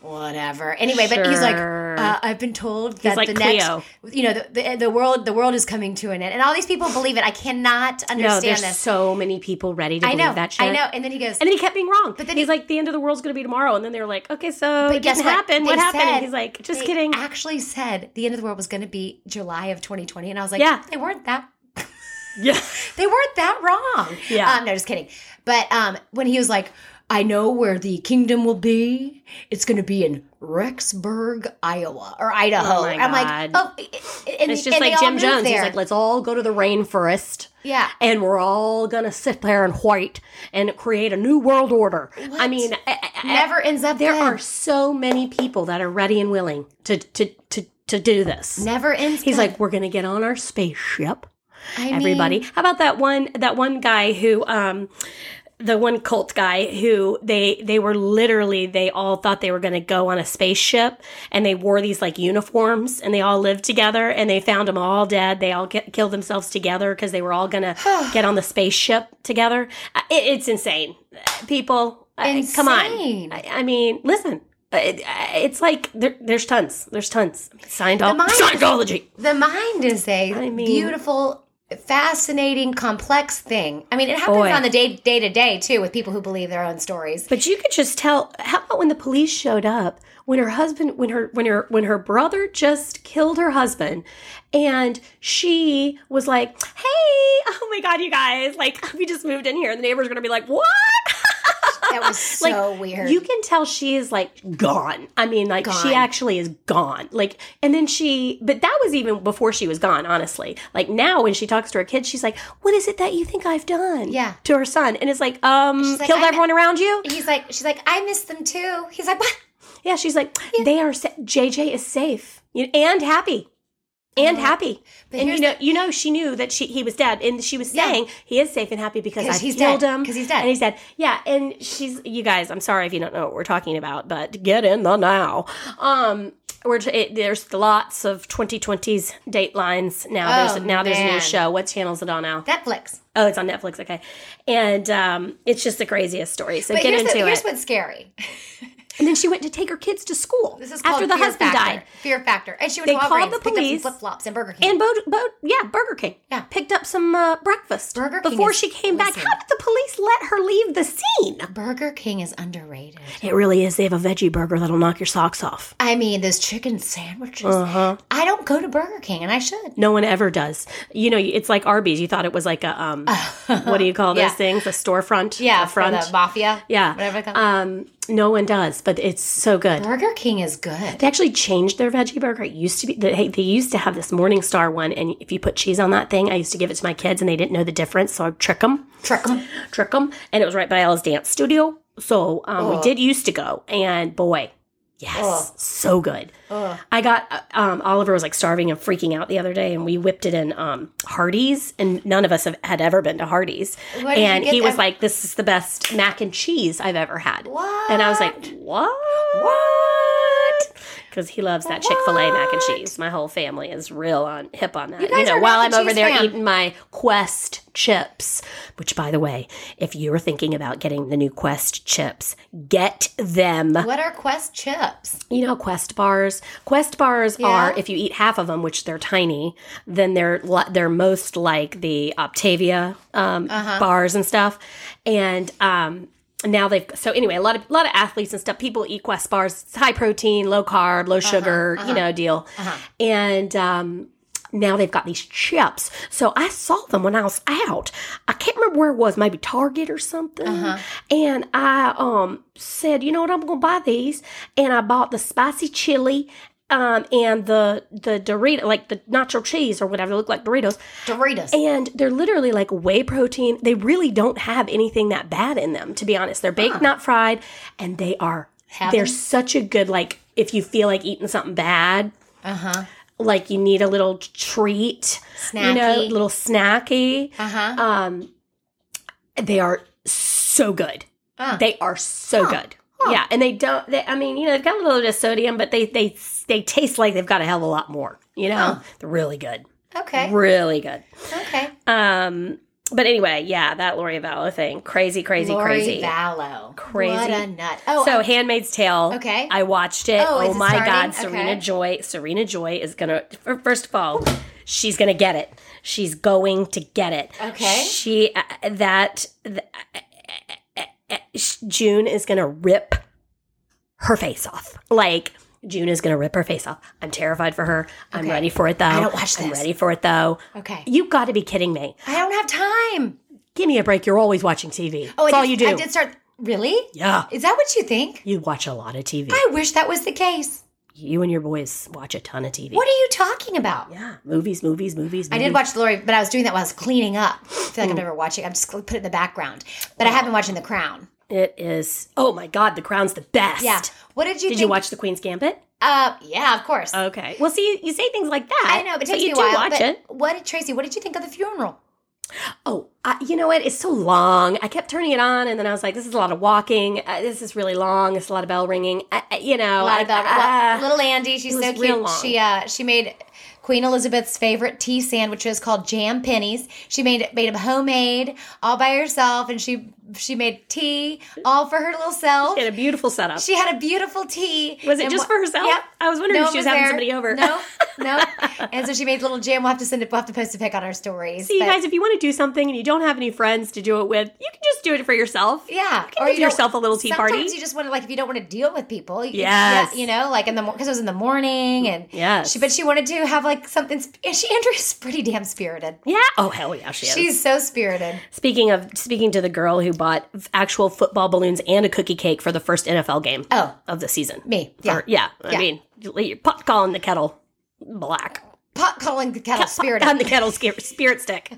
A: whatever. Anyway, but he's like,
B: Sure.
A: uh, I've been told that
B: like
A: the
B: Cleo.
A: next, you know, the, the the world the world is coming to an end, and all these people believe it. I cannot
B: no,
A: understand
B: Oh, there's
A: this.
B: so many people ready to
A: I know,
B: believe that shit.
A: I know. And then he goes,
B: And then he kept being wrong. But
A: But
B: then
A: then
B: he's
A: he-
B: like, the end of the world's going to be tomorrow. And then they were like, okay, so it
A: guess
B: didn't
A: what?
B: happen. What
A: They
B: happened? and
A: said-
B: he's like, just
A: they
B: kidding.
A: Actually said the end of the world was going to be July of 2020, and I was like,
B: Yeah.
A: they weren't that
B: yeah.
A: they weren't that wrong.
B: Yeah.
A: Um, no, just kidding. But um, when he was like, I know where the kingdom will be. It's going to be in Rexburg, Iowa, or Idaho.
B: Oh my
A: I'm
B: God.
A: like, oh, i- i- and,
B: It's just
A: and they
B: like
A: all
B: Jim
A: moved
B: Jones. He's
A: There.
B: like, "Eh, let's all go to the rainforest.
A: yeah.
B: And we're all going to sit there and white and create a new world order. I mean, I- I- I-
A: Never ends up
B: eh." there
A: good.
B: are so many people that are ready and willing to, to, to, to do this.
A: Never ends.
B: He's
A: good.
B: like, we're going to get on our spaceship.
A: I mean,
B: everybody. How about that one that one guy who um the one cult guy who they they were literally they all thought they were going to go on a spaceship and they wore these like uniforms and they all lived together and they found them all dead they all ki- killed themselves together because they were all going to get on the spaceship together Uh, it, it's insane people I- come on
A: Insane.
B: I, I mean listen Uh, it, uh, it's like there, there's tons there's tons Scientol-
A: mind-
B: Scientology
A: the mind is a
B: mean-
A: beautiful, fascinating, complex thing. I mean, it happens
B: Boy.
A: on the day day to day too with people who believe their own stories.
B: But you could just tell. How about when the police showed up? When her husband, when her, when her, when her brother just killed her husband, and she was like, "Hey, oh my god, you guys! Like, we just moved in here, and the neighbors are gonna be like, what?"
A: That was
B: Like,
A: so weird.
B: You can tell she is like gone. I mean, like she
A: Gone.
B: actually is gone. Like, and then she, but that was even before she was gone. Honestly, like now when she talks to her kids, she's like, "What is it that you think I've done?"
A: Yeah.
B: to her son, and it's like, um,
A: like,
B: killed
A: "I'm-
B: everyone around you.
A: He's like, she's like, I miss them too. He's like, what?
B: Yeah, she's like, they are. Sa- JJ is safe you and happy, and happy.
A: Uh-huh. But
B: and you
A: here's
B: know, you know, she knew that she he was dead, and she was
A: Yeah.
B: saying he is safe and happy because
A: 'Cause
B: I
A: he's
B: healed
A: dead.
B: him
A: 'Cause he's dead.
B: and he's dead. Yeah, and she's you guys. I'm sorry if you don't know what we're talking about, but get in the now. Um, We're t- it, there's lots of 2020s Datelines now.
A: Oh,
B: there's now there's a new
A: man.
B: show. What channel is it on now?
A: Netflix.
B: Oh, it's on Netflix. Okay, and um, it's just the craziest story. So
A: But
B: get
A: here's,
B: into
A: the,
B: it.
A: here's what's scary.
B: and then she went to take her kids to school
A: This is called
B: after the
A: fear
B: husband
A: factor.
B: died.
A: Fear factor. And she went
B: They
A: to
B: called
A: Walgreens,
B: the
A: picked up some
B: police.
A: flip flops and Burger King.
B: And Bo, Bo, yeah, Burger King.
A: Yeah.
B: picked up some uh, breakfast
A: Burger King
B: before
A: is-
B: she came back.
A: listen.
B: How did the police let her leave the scene?
A: Burger King is underrated.
B: It really is. They have a veggie burger that'll knock your socks off.
A: I mean, those chicken sandwiches.
B: Uh-huh.
A: I don't go to Burger King, and I should.
B: No one ever does. You know, it's like Arby's. You thought it was like a um, what do you call those
A: Yeah.
B: things? A storefront?
A: Yeah,
B: a
A: for
B: front.
A: the mafia.
B: yeah,
A: whatever they call it.
B: Um, no one does, but it's so good.
A: Burger King is good.
B: They actually changed their veggie burger. It used to be they, they used to have this Morningstar one, and if you put cheese on that thing, I used to give it to my kids, and they didn't know the difference, so I'd trick them.
A: Trick 'em.
B: trick them and it was right by Ella's dance studio so um, we did used to go and boy yes so good i got uh, um, oliver was like starving and freaking out the other day and we whipped it in um, hardee's and none of us have, had ever been to hardee's
A: Where did you
B: and
A: get
B: he was
A: them?
B: like this is the best mac and cheese i've ever had
A: What?
B: and i was like what what because he loves that chick-fil-a mac and cheese my whole family is real on hip on that you,
A: guys
B: know
A: are
B: while
A: mac and
B: i'm over
A: cheese
B: there
A: fam.
B: eating my Quest chips, which by the way, if you're thinking about getting the new Quest chips, get them.
A: What are Quest chips?
B: You know Quest bars. Quest bars
A: Yeah.
B: are if you eat half of them, which they're tiny, then they're li- they're most like the Octavia um,
A: Uh-huh.
B: bars and stuff. And um now they've so anyway, a lot of a lot of athletes and stuff. People eat Quest bars. It's high protein, low carb,
A: Uh-huh,
B: low sugar, you know, deal. And um now they've got these chips. So I saw them when I was out. I can't remember where it was, maybe Target or something. And I um said, you know what, I'm gonna buy these. And I bought the spicy chili um and the the Dorito like the nacho cheese or whatever they look like Doritos.
A: Doritos.
B: And they're literally like whey protein. They really don't have anything that bad in them, to be honest. They're baked, not fried, and they are
A: Heaven.
B: they're such a good like if you feel like eating something bad,
A: Uh huh.
B: like you need a little treat, you know,
A: Snacky.
B: little snacky.
A: Uh huh.
B: Um, they are so good.
A: Ah.
B: They are so good. Yeah, and they don't. They, I mean, you know, they've got a little bit of sodium, but they they they taste like they've got a hell of a lot more. You know, they're really good,
A: Okay.
B: really good.
A: Okay.
B: Um, but anyway, yeah, that Lori Vallow thing, crazy, crazy,
A: Lori
B: crazy.
A: Vallow.
B: Crazy.
A: What a nut. Oh,
B: So, Handmaid's Tale.
A: Okay.
B: I watched it.
A: Oh,
B: Oh,
A: is it
B: my
A: starting?
B: God, Serena
A: Okay.
B: Joy. Serena Joy is gonna. f- First of all, she's gonna get it. She's going to get it.
A: Okay.
B: She uh, that th- uh, uh, uh, sh- June is gonna rip her face off. Like June is gonna rip her face off. I'm terrified for her. I'm
A: Okay.
B: ready for it though. I
A: don't watch
B: I'm
A: this.
B: ready for it though.
A: okay.
B: You got to be kidding me.
A: I don't have time.
B: Give me a break. You're always watching TV.
A: Oh,
B: That's
A: I
B: all
A: did,
B: you do.
A: I did start. Really?
B: Yeah.
A: Is that what you think?
B: You watch a lot of TV.
A: I wish that was the case.
B: you and your boys watch a ton of TV.
A: What are you talking about?
B: Yeah, movies, movies, movies.
A: I did watch Lori, but I was doing that while I was cleaning up. I feel like I'm never watching. I'm just gonna put it in the background. But I have been watching The Crown.
B: It is. Oh my God, The Crown's the best.
A: Yeah. What did you
B: Did
A: think?
B: you watch The Queen's Gambit?
A: Uh, yeah, of course.
B: Okay. Well, see, you say things like that.
A: I know, but it
B: so
A: takes
B: you
A: me a
B: do
A: while.
B: watch
A: but
B: it.
A: What did Tracy? What did you think of the funeral?
B: Oh, I, you know what? It's so long. I kept turning it on, and then I was like, "This is a lot of walking. Uh, this is really long. It's a lot of bell ringing. I, I- you know,
A: A lot about
B: I, uh,
A: well,
B: I-
A: little Andy. She's
B: was
A: so cute.
B: real long.
A: She uh, she made Queen Elizabeth's favorite tea sandwiches called jam pennies. She made made them homemade all by herself, and she she made tea all for her little self.
B: She had a beautiful setup.
A: She had a beautiful tea.
B: Was it
A: and
B: just
A: wha-
B: for herself?
A: Yep.
B: I was wondering if
A: one
B: she was having
A: there.
B: somebody over.
A: No, no. and so she made little jam. We'll have to send it. We'll have to post a pic on our stories.
B: See, you
A: but-
B: guys, if you want to do something and you don't have any friends to do it with, you can just do it for yourself.
A: Yeah,
B: You can give
A: don't-
B: yourself a little tea
A: sometimes
B: party.
A: you just want to like if you don't want to deal with people. you-
B: Yes.
A: yeah, you know, like in the because it was in the morning and
B: Yes.
A: she but she wanted to have like something. sp- And she Andrew's pretty damn spirited.
B: yeah. Oh hell yeah, she is.
A: She's so spirited.
B: Speaking of speaking to the girl who bought f- actual football balloons and a cookie cake for the first NFL game
A: Oh.
B: of the season.
A: Me, yeah.
B: Or- yeah. I
A: Yeah.
B: mean, you're pot calling the kettle black.
A: Pot calling the kettle spirited.
B: On the kettle sca- spirit stick.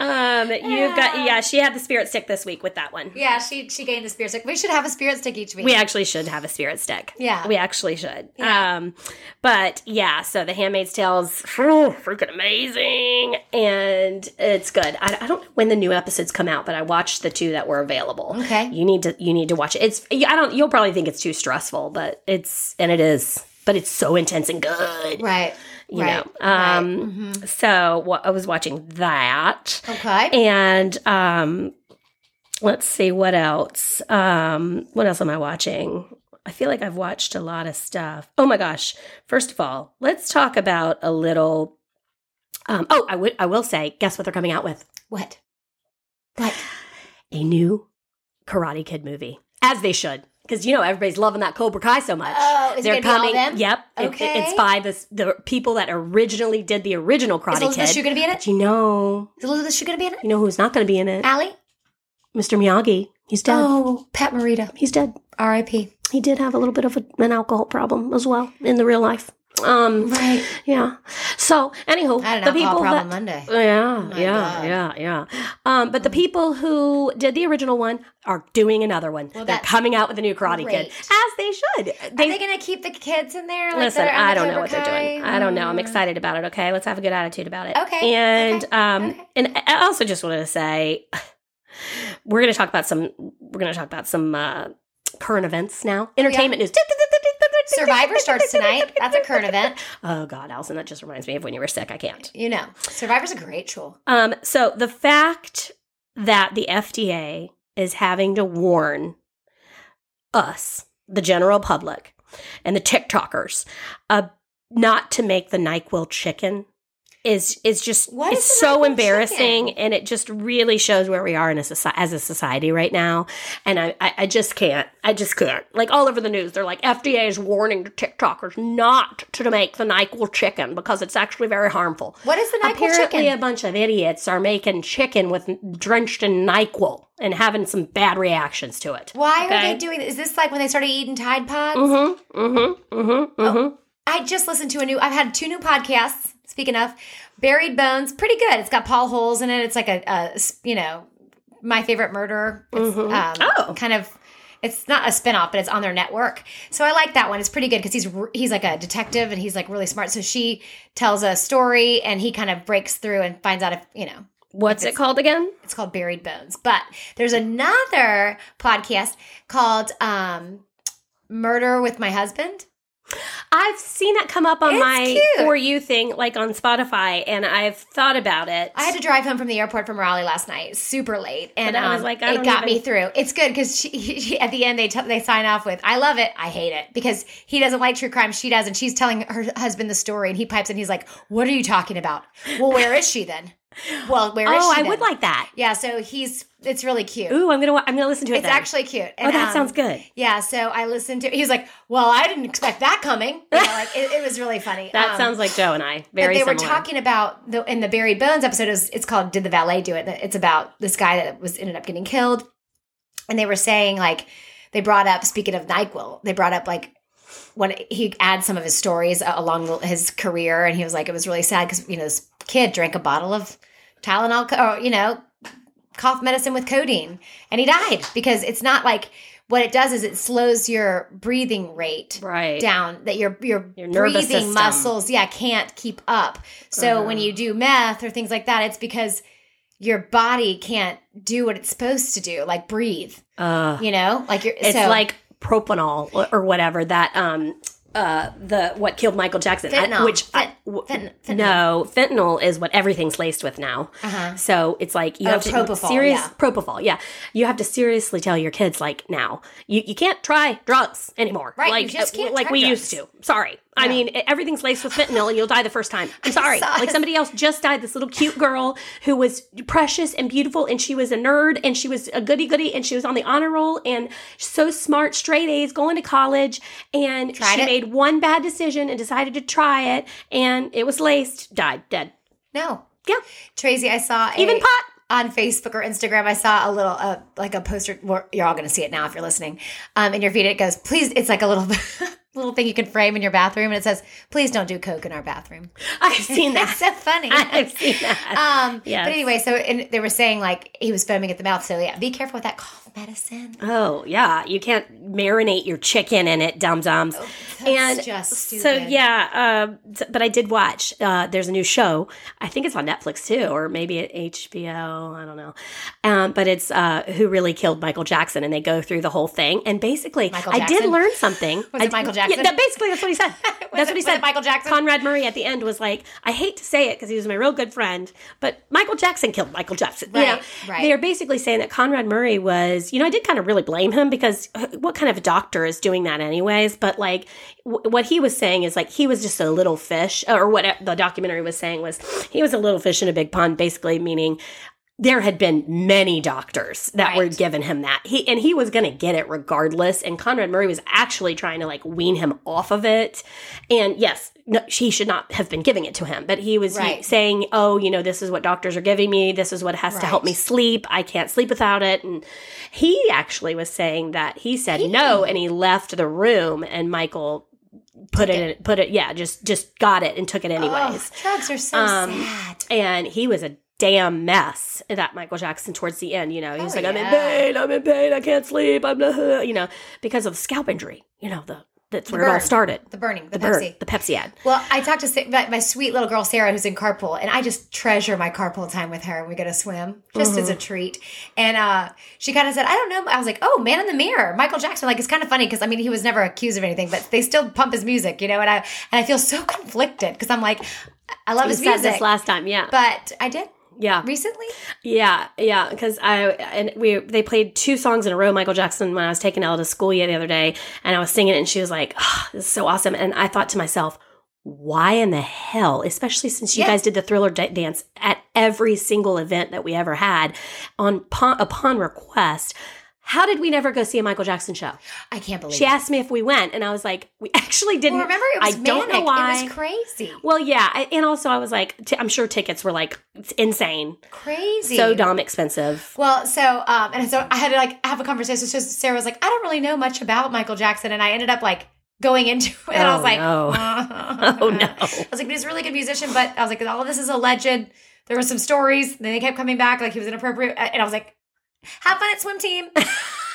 B: um, you've got yeah. She had the spirit stick this week with that one.
A: yeah, she she gained a spirit stick. We should have a spirit stick each week.
B: We actually should have a spirit stick.
A: Yeah.
B: We actually should. Um, but yeah, so The Handmaid's Tale's oh, freaking amazing. And it's good. I, I don't know when the new episodes come out, but I watched the two that were available.
A: Okay.
B: You need to you need to watch it. It's I don't you'll probably think it's too stressful, but it's and it is. but it's so intense and good.
A: Right.
B: You
A: right, Mm-hmm.
B: know. Um so wa- I was watching that.
A: Okay.
B: And um let's see what else. Um what else am I watching? I feel like I've watched a lot of stuff. Oh my gosh. First of all, let's talk about a little um oh, I would I will say guess what they're coming out with?
A: What? What?
B: A new Karate Kid movie. As they should. Because you know everybody's loving that Cobra Kai so much.
A: Oh, is it gonna be all them?
B: Yep. It- it-
A: Okay.
B: it's by the, the people that originally did the original
A: Is
B: Karate
A: Elizabeth
B: Kid.
A: Shue gonna be in it?
B: But you know,
A: Is Elizabeth Shue gonna be in it?
B: you know who's not going to be in it?
A: Allie?
B: Mr. Miyagi. He's dead.
A: Oh, Pat Morita.
B: He's dead.
A: R.I.P.
B: He did have a little bit of a, an alcohol problem as well in the real life. Um,
A: Right.
B: yeah. So, anywho,
A: I had an
B: the people
A: alcohol
B: that.
A: problem Monday.
B: Yeah,
A: my
B: yeah,
A: God. Mm-hmm.
B: yeah, yeah. Um, but the people who did the original one are doing another one.
A: Well,
B: They're
A: that's
B: coming out with a new Karate Kid,
A: great.
B: as they should.
A: Are
B: They,
A: they gonna keep the kids in there? Like
B: listen.
A: that are on
B: I
A: the
B: don't know
A: Cobra
B: what they're doing.
A: Kai?
B: I don't know. I'm
A: Mm.
B: excited about it. Okay, let's have a good attitude about it.
A: Okay,
B: And
A: okay,
B: um,
A: okay.
B: and I also just wanted to say, we're gonna talk about some. We're gonna talk about some uh, current events now. Entertainment news.
A: Oh, Survivor starts tonight. That's a current event.
B: Oh God, Allison, that just reminds me of when you were sick. I can't.
A: You know, Survivor's a great show.
B: Um, so the fact that the FDA is having to warn us, the general public, and the TikTokers, uh, not to make the Nyquil chicken is is just
A: What
B: it's
A: is the
B: so
A: NyQuil
B: embarrassing,
A: chicken?
B: and it just really shows where we are in a soci- as a society right now. And I, I I just can't, I just can't. Like all over the news, they're like FDA is warning to TikTokers not to make the Nyquil chicken because it's actually very harmful.
A: What is the Nyquil
B: Apparently,
A: chicken?
B: a bunch of idiots are making chicken with drenched in Nyquil and having some bad reactions to it.
A: Why
B: Okay.
A: are they doing? Is this like when they started eating Tide Pods? Oh,
B: Mm-hmm. Mm-hmm. Mm-hmm. Mm-hmm.
A: I just listened to a new. I've had two new podcasts. Speaking of Buried Bones, pretty good. It's got Paul Holes in it. It's like a, a s- you know, my favorite murderer. It's, um,
B: Oh.
A: kind of. It's not a spinoff, but it's on their network. So I like that one. It's pretty good because he's r- he's like a detective and he's like really smart. So she tells a story and he kind of breaks through and finds out if you know
B: What's it called again?
A: it's called Buried Bones. But there's another podcast called um, Murder with My Husband.
B: I've seen that come up on
A: It's
B: my
A: cute.
B: for you thing, like on Spotify, and I've thought about it.
A: I had to drive home from the airport from Raleigh last night, super late, and
B: I was
A: um,
B: like, I
A: it
B: don't
A: got me
B: even-
A: through. It's good because she, she, at the end they t- they sign off with, "I love it, I hate it," because he doesn't like true crime, she does, and she's telling her husband the story, and he pipes in, he's like, "What are you talking about? Well, where is she then? Well, where is
B: oh,
A: she?
B: I
A: then?
B: would like that.
A: yeah. So he's, it's really cute.
B: Ooh, I'm gonna wa- I'm gonna listen to it.
A: it's
B: then.
A: actually cute.
B: oh,
A: And,
B: that
A: um,
B: sounds good.
A: Yeah, so I listened to. He was like, "Well, I didn't expect that coming." You know, like it, it was really funny.
B: That
A: Um,
B: sounds like Joe and I.
A: But
B: Very
A: they
B: similar.
A: were talking about the in the buried bones episode. It was, it's called "Did the Valet Do It?" It's about this guy that was ended up getting killed, and they were saying like they brought up speaking of Nyquil, they brought up like when he adds some of his stories uh, along the, his career, and he was like, it was really sad because you know this kid drank a bottle of Tylenol co- or you know cough medicine with codeine, and he died because it's not like what it does is it slows your breathing rate
B: right.
A: down that your your,
B: Your nervous
A: breathing
B: system. Uh-huh.
A: muscles yeah can't keep up so when you do meth or things like that it's because your body can't do what it's supposed to do like breathe
B: Uh,
A: you know like you're
B: it's
A: so,
B: like propanol or, or whatever that um uh the what killed Michael Jackson. I-
A: Fentanyl.
B: which I-
A: Fent-
B: w-
A: fent- fentanyl.
B: no fentanyl is what everything's laced with now.
A: uh-huh.
B: So it's like you
A: Oh,
B: have to
A: propofol,
B: serious
A: yeah.
B: propofol, yeah. You have to seriously tell your kids like now you, you can't try drugs anymore,
A: Right, you
B: Like uh,
A: just can't
B: like
A: try
B: we used
A: drugs.
B: to. Sorry, I mean e- everything's laced with fentanyl, and you'll die the first time. I'm sorry.
A: saw
B: Like
A: it.
B: somebody else just died. This little cute girl who was precious and beautiful, and she was a nerd, and she was a goody goody, and she was on the honor roll, and so smart, straight A's, going to college, and
A: Tried
B: she
A: it?
B: made one bad decision and decided to try it, and it was laced, died, dead.
A: no
B: Yeah,
A: tracy i saw a,
B: even pot.
A: on Facebook or Instagram, I saw a little, uh, like a poster. well, You're all going to see it now if you're listening. Um, in your feed, it goes, "Please." It's like a little, little thing you can frame in your bathroom, and it says, "Please don't do coke in our bathroom."
B: I've seen that.
A: That's so funny.
B: I've seen that.
A: Um,
B: Yes.
A: But anyway, so and they were saying like he was foaming at the mouth. So yeah, be careful with that cough medicine.
B: Oh yeah, you can't marinate your chicken in it, dum dums. and
A: just stupid.
B: so yeah, um, so- but I did watch. Uh, there's a new show. I think it's on Netflix too, or maybe at HBO. I don't know. Um, but it's uh, who really killed Michael Jackson, and they go through the whole thing. And basically,
A: Michael
B: I did
A: Jackson?
B: learn something.
A: Was
B: I
A: it Michael
B: did- yeah,
A: Jackson?
B: that- basically, that's what he said. that's
A: it-
B: what he
A: was
B: said.
A: it Michael Jackson?
B: Conrad Murray at the end was like, I hate to say it because he was my real good friend, but Michael Jackson killed Michael Jackson. You know,
A: Right, right.
B: They are basically saying that Conrad Murray was, you know, I did kind of really blame him because uh, what kind of doctor is doing that anyways? But like w- what he was saying is like he was just a little fish, uh, or what e, the documentary was saying was he was a little fish in a big pond, basically meaning there had been many doctors that were
A: Right.
B: giving him that. He and he was going to get it regardless. And Conrad Murray was actually trying to like wean him off of it. And yes, no, she should not have been giving it to him, but he was he-
A: Right.
B: saying, "Oh, you know, this is what doctors are giving me. This is what has to help
A: Right.
B: me sleep. I can't sleep without it." And he actually was saying that he said no, and he left the room, and Michael put it, in, put it, yeah, just just got it and took it anyways.
A: Ugh, drugs are so
B: Um,
A: sad.
B: And he was a damn mess that Michael Jackson towards the end. You know, he was
A: Oh,
B: like, I'm in
A: yeah.
B: pain, I'm in pain, I can't sleep, I'm not, you know, because of scalp injury. You know, the that's where it all
A: burn.
B: started.
A: The burning, the,
B: The
A: Pepsi.
B: burn, the Pepsi ad.
A: Well, I talked to Sa- my, my sweet little girl Sarah, who's in carpool, and I just treasure my carpool time with her. We go to swim just as a
B: Mm-hmm.
A: treat, and uh, she kind of said, "I don't know." I was like, "Oh, Man in the Mirror, Michael Jackson." Like it's kind of funny because I mean he was never accused of anything, but they still pump his music, you know. And I and I feel so conflicted because I'm like, I love
B: You
A: his
B: said
A: music,
B: this last time, yeah,
A: but I did
B: yeah,
A: recently.
B: yeah, yeah. Because I and we they played two songs in a row, Michael Jackson, when I was taking Ella to school the other day, and I was singing it, and she was like, oh, "This is so awesome," and I thought to myself. Why in the hell, especially since you
A: Yeah.
B: guys did the thriller da- dance at every single event that we ever had on upon, upon request? How did we never go see a Michael Jackson show?
A: I can't believe.
B: She
A: it.
B: asked me if we went, and I was like, "We actually didn't."
A: Well, remember, it was
B: I don't know
A: manic.
B: why.
A: It was crazy,
B: well, yeah, I, and also I was like, t- I'm sure tickets were like it's insane,
A: crazy,
B: so dumb expensive.
A: Well, so um, and so I had to like have a conversation. So Sarah was like, I don't really know much about Michael Jackson, and I ended up like going into it. and I
B: Oh,
A: was like,
B: no. Oh, no.
A: I was like, he's a really good musician, but I was like, all of this is alleged. There were some stories. Then they kept coming back, like he was inappropriate, and I was like, have fun at swim team.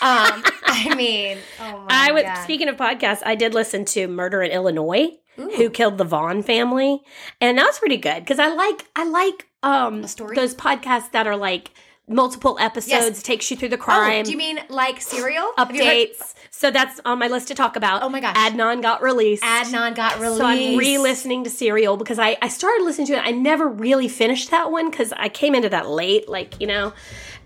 A: um, I mean, oh my
B: I was
A: God.
B: speaking of podcasts. I did listen to Murder in Illinois,
A: Ooh.
B: who killed the Vaughn family, and that was pretty good because I like I like um
A: A story?
B: those podcasts that are like multiple episodes takes you through the crime.
A: Oh, do you mean like serial Have you heard-
B: Updates. So that's on my list to talk about.
A: Oh my gosh.
B: Adnan got released.
A: Adnan got released.
B: So I'm re-listening to Serial because I, I started listening to it. I never really finished that one because I came into that late, like you know,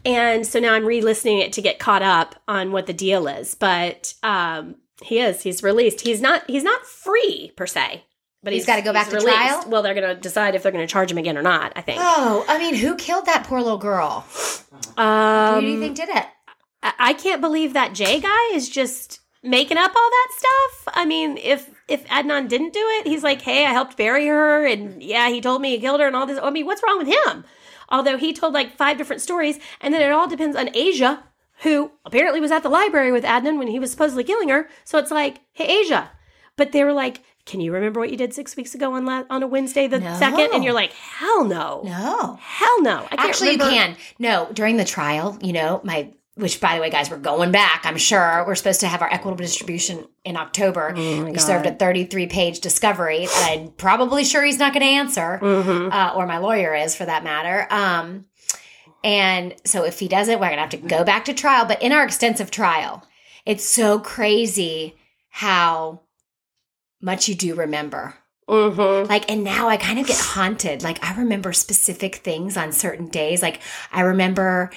B: and so now I'm re-listening it to get caught up on what the deal is. But um, he is he's released. He's not he's not free per se, but
A: He's gotta go back to trial?
B: Well, they're going to decide if they're going to charge him again or not. I think.
A: Oh, I mean, who killed that poor little girl? Who
B: Um,
A: do you think did it?
B: I I can't believe that Jay guy is just making up all that stuff. I mean, if if Adnan didn't do it, he's like, hey, I helped bury her, and yeah, he told me he killed her, and all this. I mean, what's wrong with him? Although he told like five different stories, and then it all depends on Asia, who apparently was at the library with Adnan when he was supposedly killing her. So it's like, hey, Asia, but they were like. Can you remember what you did six weeks ago on la- on a Wednesday the
A: No.
B: second? And you're like, hell no,
A: No.
B: hell no. I can't
A: Actually,
B: remember.
A: you can. No, during the trial, you know, my, which by the way, guys, we're going back, I'm sure. We're supposed to have our equitable distribution in October.
B: Oh
A: we served a 33 page discovery that I'm probably sure he's not going to answer,
B: Mm-hmm.
A: uh, or my lawyer is for that matter. Um, and so if he doesn't, we're going to have to go back to trial. But in our extensive trial, it's so crazy how much you do remember.
B: Mhm.
A: Like, and now I kind of get haunted. Like, I remember specific things on certain days. Like, I remember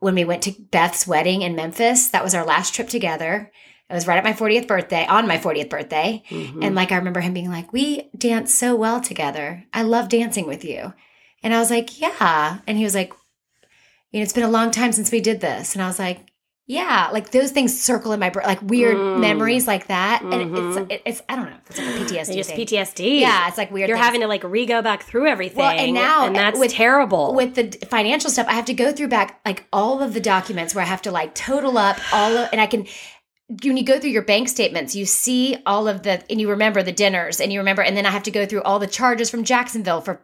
A: when we went to Beth's wedding in Memphis. That was our last trip together. It was right at my 40th birthday, on my 40th birthday. And like, I remember him being like, We danced so well together. I love dancing with you. And I was like, Yeah. And he was like, You know, it's been a long time since we did this. And I was like, yeah, like those things circle in my brain, like weird
B: Mm.
A: memories like that, and
B: Mhm.
A: it's it, it's I don't know, it's like a PTSD.
B: just
A: thing.
B: PTSD.
A: Yeah, it's like weird.
B: You're
A: things.
B: having to like re go back through everything.
A: Well, and now,
B: and that's
A: with-
B: terrible.
A: with the d- financial stuff. I have to go through back like all of the documents where I have to like total up all of, and I can. When you go through your bank statements, you see all of the, and you remember the dinners, and you remember, and then I have to go through all the charges from Jacksonville for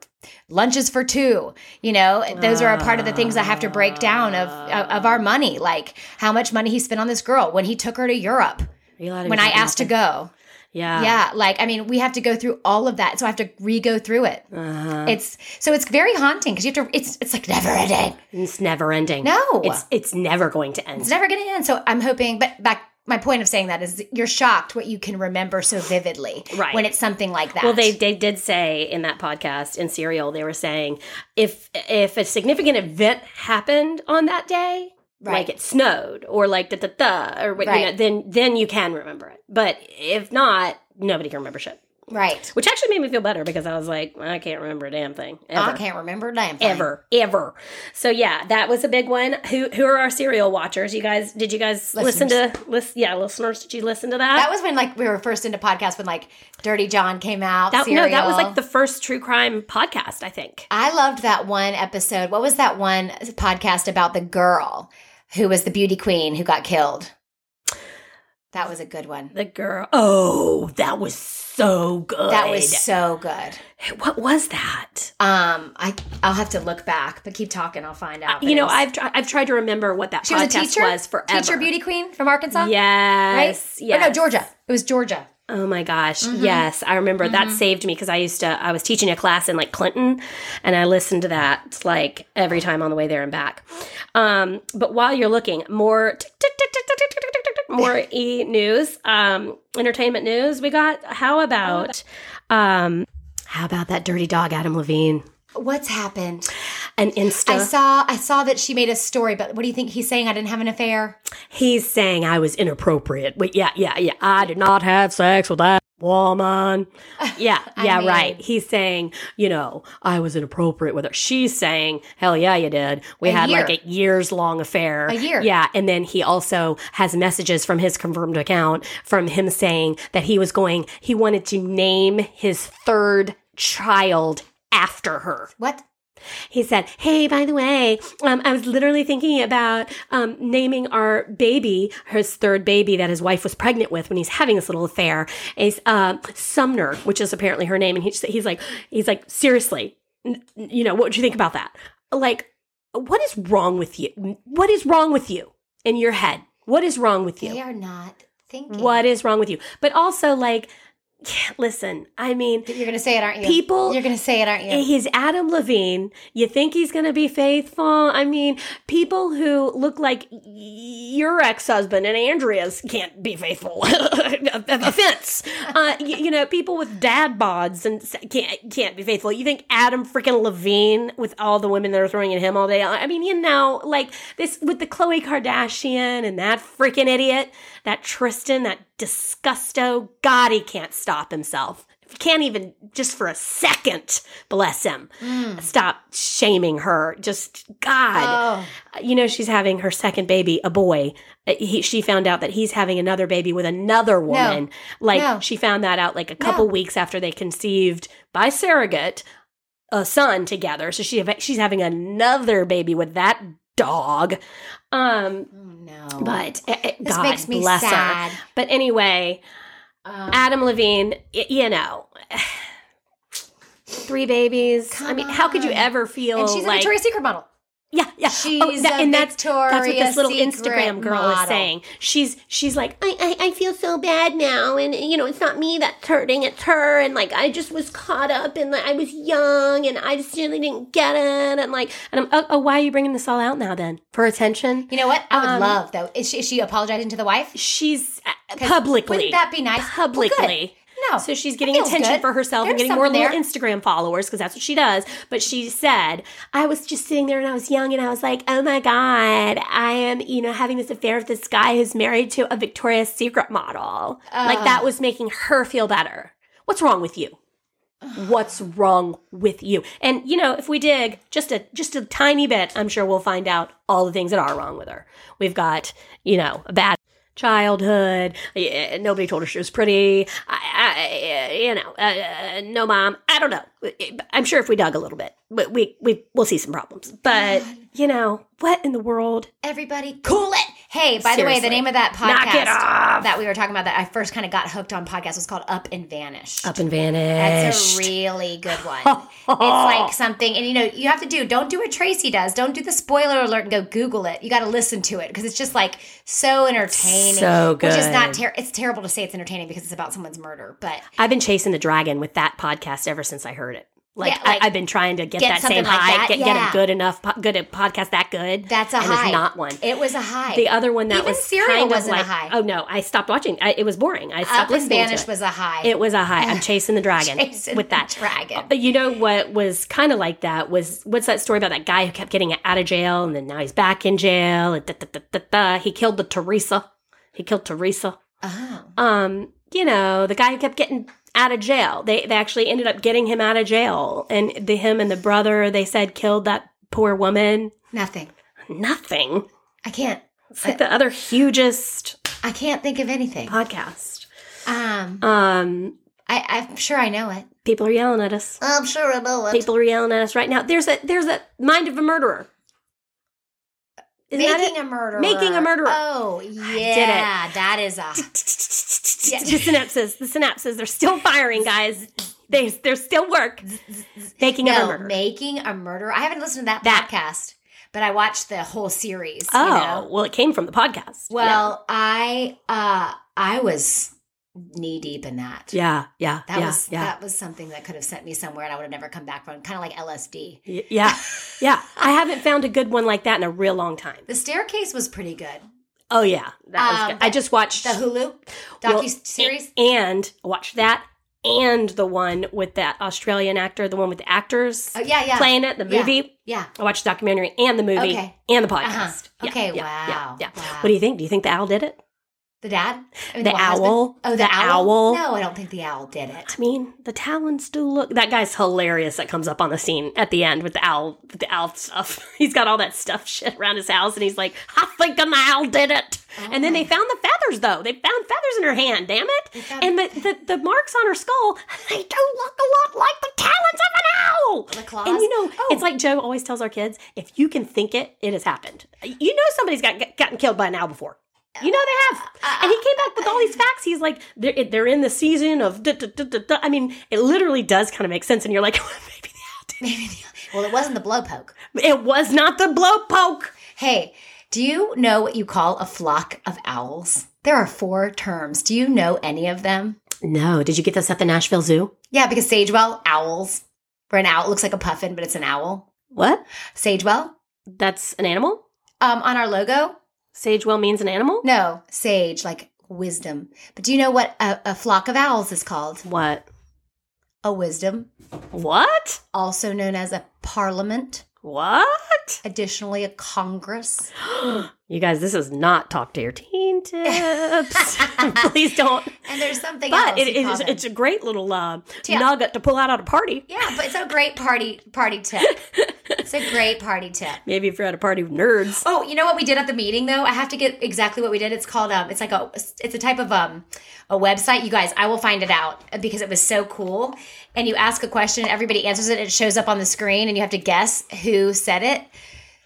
A: lunches for two. You know, those are a part of the things I have to break down of of our money, like how much money he spent on this girl when he took her to Europe
B: Are you allowed to
A: when
B: be
A: I
B: talking
A: asked to
B: about
A: go.
B: Yeah.
A: Yeah, like I mean, we have to go through all of that, so I have to re-go through it.
B: Uh-huh.
A: It's so it's very haunting because you have to. It's it's like never ending.
B: It's never ending.
A: No.
B: It's it's never going to end.
A: It's never going to end. So I'm hoping, but back. My point of saying that is you're shocked what you can remember so vividly
B: Right.
A: when it's something like that.
B: Well, they, they did say in that podcast in Serial, they were saying if if a significant event happened on that day,
A: Right.
B: like it snowed or like da da da, or what you know,
A: Right.
B: then then you can remember it. But if not, nobody can remember shit.
A: right.
B: Which actually made me feel better because I was like, I can't remember a damn thing ever.
A: I can't remember a damn thing.
B: Ever, ever. So yeah, that was a big one. Who who are our serial watchers? You guys? Did you guys listen to? Listen, yeah, listeners. Did you listen to
A: That was when like we were first into podcasts when like Dirty John came out.
B: That, no, that was
A: Serial.
B: like the first true crime podcast, I think.
A: I loved that one episode. What was that one podcast about the girl who was the beauty queen who got killed? That was a good one.
B: The girl. Oh, that was so good.
A: That was so good.
B: What was that?
A: Um, I I'll have to look back, but keep talking. I'll find out.
B: you know,
A: I
B: I've tried, I've tried to remember what that
A: she was a
B: podcast
A: teacher.
B: was forever.
A: Teacher beauty queen from Arkansas.
B: Yes.
A: Right?
B: Yes.
A: Or no, Georgia. It was Georgia.
B: Oh my gosh.
A: Mm-hmm.
B: Yes. I remember that saved me because I used to, I was teaching a class in like Clinton and I listened to that like every time on the way there and back. Um, but while you're looking, more tick, tick, tick, tick, tick, tick, tick, tick, tick, tick, more e news, um, entertainment news. We got, how about,
A: Oh.
B: um, how about that dirty dog, Adam Levine?
A: What's happened?
B: An
A: I
B: Insta.
A: saw I saw that she made a story, but what do you think he's saying? I didn't have an affair.
B: He's saying I was inappropriate. Wait, yeah, yeah, yeah. I did not have sex with that woman. Yeah, yeah,
A: mean-
B: right. He's saying, you know, I was inappropriate with her. She's saying, hell yeah, you did. We
A: A
B: had
A: year.
B: like a years long affair.
A: A year.
B: Yeah. And then he also has messages from his confirmed account from him saying that he was going, he wanted to name his third child after her
A: What?
B: he said, "Hey, by the way, um, I was literally thinking about um, naming our baby, his third baby that his wife was pregnant with when he's having this little affair, is uh, Sumner, which is apparently her name." And he's he's like he's like seriously, N- n- you know, what would you think about that? Like, what is wrong with you? What is wrong with you in your head? What is wrong with you?
A: They are not thinking.
B: What is wrong with you? But also, like, listen, I mean,
A: You're gonna say it, aren't you?
B: people
A: You're gonna say it, aren't you?
B: He's Adam Levine. You think he's going to be faithful? I mean, people who look like y- your ex husband and Andrea's can't be faithful. Offense. Uh, y- you, know, people with dad bods and s- can't can't be faithful. You think Adam freaking Levine with all the women that are throwing at him all day? I mean, you know, like this with the Khloe Kardashian and that freaking idiot, that Tristan, that disgusto. God, he can't stop himself can't even just for a second bless him stop shaming her just god
A: Oh,
B: you know she's having her second baby a boy Uh, he, she found out that he's having another baby with another woman like
A: No.
B: she found that out like a couple weeks after they conceived by surrogate a son together so she she's having another baby with that dog um
A: oh no.
B: but eh, eh,
A: this
B: god
A: makes me
B: bless her
A: sad.
B: but anyway
A: Um,
B: Adam Levine, y- you know, three babies. I mean, how could you
A: Come on.
B: ever feel
A: and she's a
B: like
A: Victoria's Secret model.
B: yeah, yeah?
A: She's
B: that-
A: a
B: and that's
A: Victoria's
B: that's what this little
A: Secret
B: Instagram girl
A: model.
B: is saying. She's she's like, I, I I feel so bad now, and you know, it's not me that's hurting, it's her, and like I just was caught up, and like, I was young, and I just really didn't get it, and like, and I'm oh, oh why are you bringing this all out now then for attention?
A: You know what? I would
B: Um,
A: love though. Is she, is she apologizing to the wife?
B: She's uh,
A: 'Cause
B: publicly
A: Wouldn't that be nice? Well, good.
B: publicly.
A: no.
B: So she's getting
A: feels
B: attention
A: good.
B: for herself and
A: There's
B: getting more
A: something
B: little Instagram followers because that's what she does. But she said, I was just sitting there and I was young and I was like, oh my God, I am, you know, having this affair with this guy who's married to a Victoria's Secret model. like
A: Ugh.
B: that was making her feel better. What's wrong with you? What's wrong with you? And you know, if we dig just a just a tiny bit, I'm sure we'll find out all the things that are wrong with her. We've got, you know, a bad childhood. eh, Nobody told her she was pretty. I, I, you know, uh, no mom. I don't know. I'm sure if we dug a little bit, we we, we we'll see some problems. But you know, what in the world?
A: Everybody, cool it. Hey, by the way, the
B: Seriously.
A: name of that
B: Knock
A: podcast
B: it off.
A: that we were talking about that I first kind of got hooked on podcast was called Up and Vanish.
B: Up and vanish.
A: That's a really good one. it's like something, and you know, you have to do. Don't do what Tracy does. Don't do the spoiler alert and go Google it. You got to listen to it because it's just like so entertaining.
B: So
A: Which is not
B: good.
A: ter- It's terrible to say it's entertaining because it's about someone's murder, but
B: I've been chasing the dragon with that podcast ever since I heard it. Like,
A: Yeah, like,
B: I, I've been trying to get,
A: get
B: that same
A: something like
B: high,
A: that.
B: get, get
A: Yeah.
B: a good enough, po- good podcast that good.
A: that's a
B: and
A: high.
B: There's not one.
A: It was a high.
B: the other one that
A: Even
B: was
A: Serial
B: kind
A: wasn't a
B: of like,
A: high.
B: oh no, I stopped watching. I, it was boring. I stopped
A: Up and
B: listening
A: Vanish
B: to it.
A: was a high.
B: It was a high. I'm chasing the dragon
A: Chasing
B: with
A: the
B: that
A: dragon.
B: But you know what was kind of like that was what's that story about that guy who kept getting out of jail and then now he's back in jail. and da, da, da, da, da. He killed the Teresa. He killed Teresa.
A: oh.
B: Um, you know the guy who kept getting out of jail. They they actually ended up getting him out of jail, and the him and the brother they said killed that poor woman.
A: Nothing.
B: Nothing.
A: I can't.
B: It's like the other hugest
A: I can't think of anything.
B: podcast.
A: Um,
B: Um,
A: I, I'm sure I know it.
B: people are yelling at us.
A: I'm sure I know it.
B: People are yelling at us right now. There's a there's a mind of a murderer. Isn't that
A: Making
B: it?
A: a murderer.
B: Making a murderer.
A: Oh yeah, that is a.
B: The synapses. The synapses. They're still firing, guys. They they're still work. Making of a
A: No,
B: murderer.
A: making a murderer. I haven't listened to that,
B: That-
A: podcast, but I watched the whole series.
B: oh
A: you know?
B: well, it came from the podcast.
A: well, I uh I was knee deep in that.
B: yeah, yeah, yeah,
A: That
B: yeah,
A: was
B: yeah.
A: that was something that could have sent me somewhere, and I would have never come back from. Kind of like LSD.
B: Y- yeah, yeah. I haven't found a good one like that in a real long time.
A: The staircase was pretty good.
B: Oh yeah, that was
A: Um,
B: good. I just watched
A: The Hulu docu
B: Well,
A: series.
B: and watch that and the one with that Australian actor, the one with the actors
A: Oh yeah, yeah,
B: playing it, the
A: Yeah.
B: movie.
A: yeah.
B: I watched the documentary and the movie
A: Okay.
B: and the
A: Uh-huh.
B: podcast. Yeah,
A: Okay,
B: yeah,
A: wow.
B: Yeah, yeah.
A: wow.
B: What do you think? Do you think the owl did it?
A: the dad? I mean,
B: The
A: what, husband?
B: owl?
A: Oh, the,
B: The
A: owl?
B: owl?
A: No, I don't think the owl did it.
B: I mean, the talons do look. That guy's hilarious. That comes up on the scene at the end with the owl, with the owl stuff. He's got all that stuff shit around his house, and he's like, "I think the owl did it." and
A: Oh.
B: then they found the feathers, though. They found feathers in her hand. Damn it!
A: found-
B: And the, the the marks on her skull, they do look a lot like the talons of an owl.
A: The claws?
B: And you know,
A: Oh.
B: it's like Joe always tells our kids: if you can think it, it has happened. You know, somebody's got gotten killed by an owl before. You know they have,
A: Uh,
B: and he came back with all these facts. He's like, they're, it- they're in the season of. Da, da, da, da, da. I mean, it literally does kind of make sense, and you're like, maybe they
A: Maybe the, well, it wasn't the blowpoke.
B: did. it was not the blowpoke.
A: Hey, do you know what you call a flock of owls? There are four terms. Do you know any of them?
B: No, did you get this at the Nashville Zoo?
A: Yeah, because sagewell owls. For an owl, it looks like a puffin, but it's an owl.
B: What?
A: Sagewell.
B: That's an animal.
A: Um, on our logo,
B: Sagewell means an animal.
A: no sage, like wisdom. But do you know what a, a flock of owls is called?
B: What?
A: A wisdom,
B: What?
A: also known as a parliament.
B: What?
A: Additionally, a congress.
B: You guys, this is not talk to your teen tips. Please don't.
A: And there's something
B: But
A: else.
B: it
A: you
B: is
A: call them.
B: it's a great little uh,
A: Tip.
B: nugget to pull out at a party.
A: yeah, but it's a great party party tip. It's a great party tip.
B: Maybe if you're at a party with nerds.
A: Oh, you know what we did at the meeting though? I have to get exactly what we did. It's called um it's like a it's a type of um a website. You guys, I will find it out because it was so cool. And you ask a question and everybody answers it, it shows up on the screen and you have to guess who said it.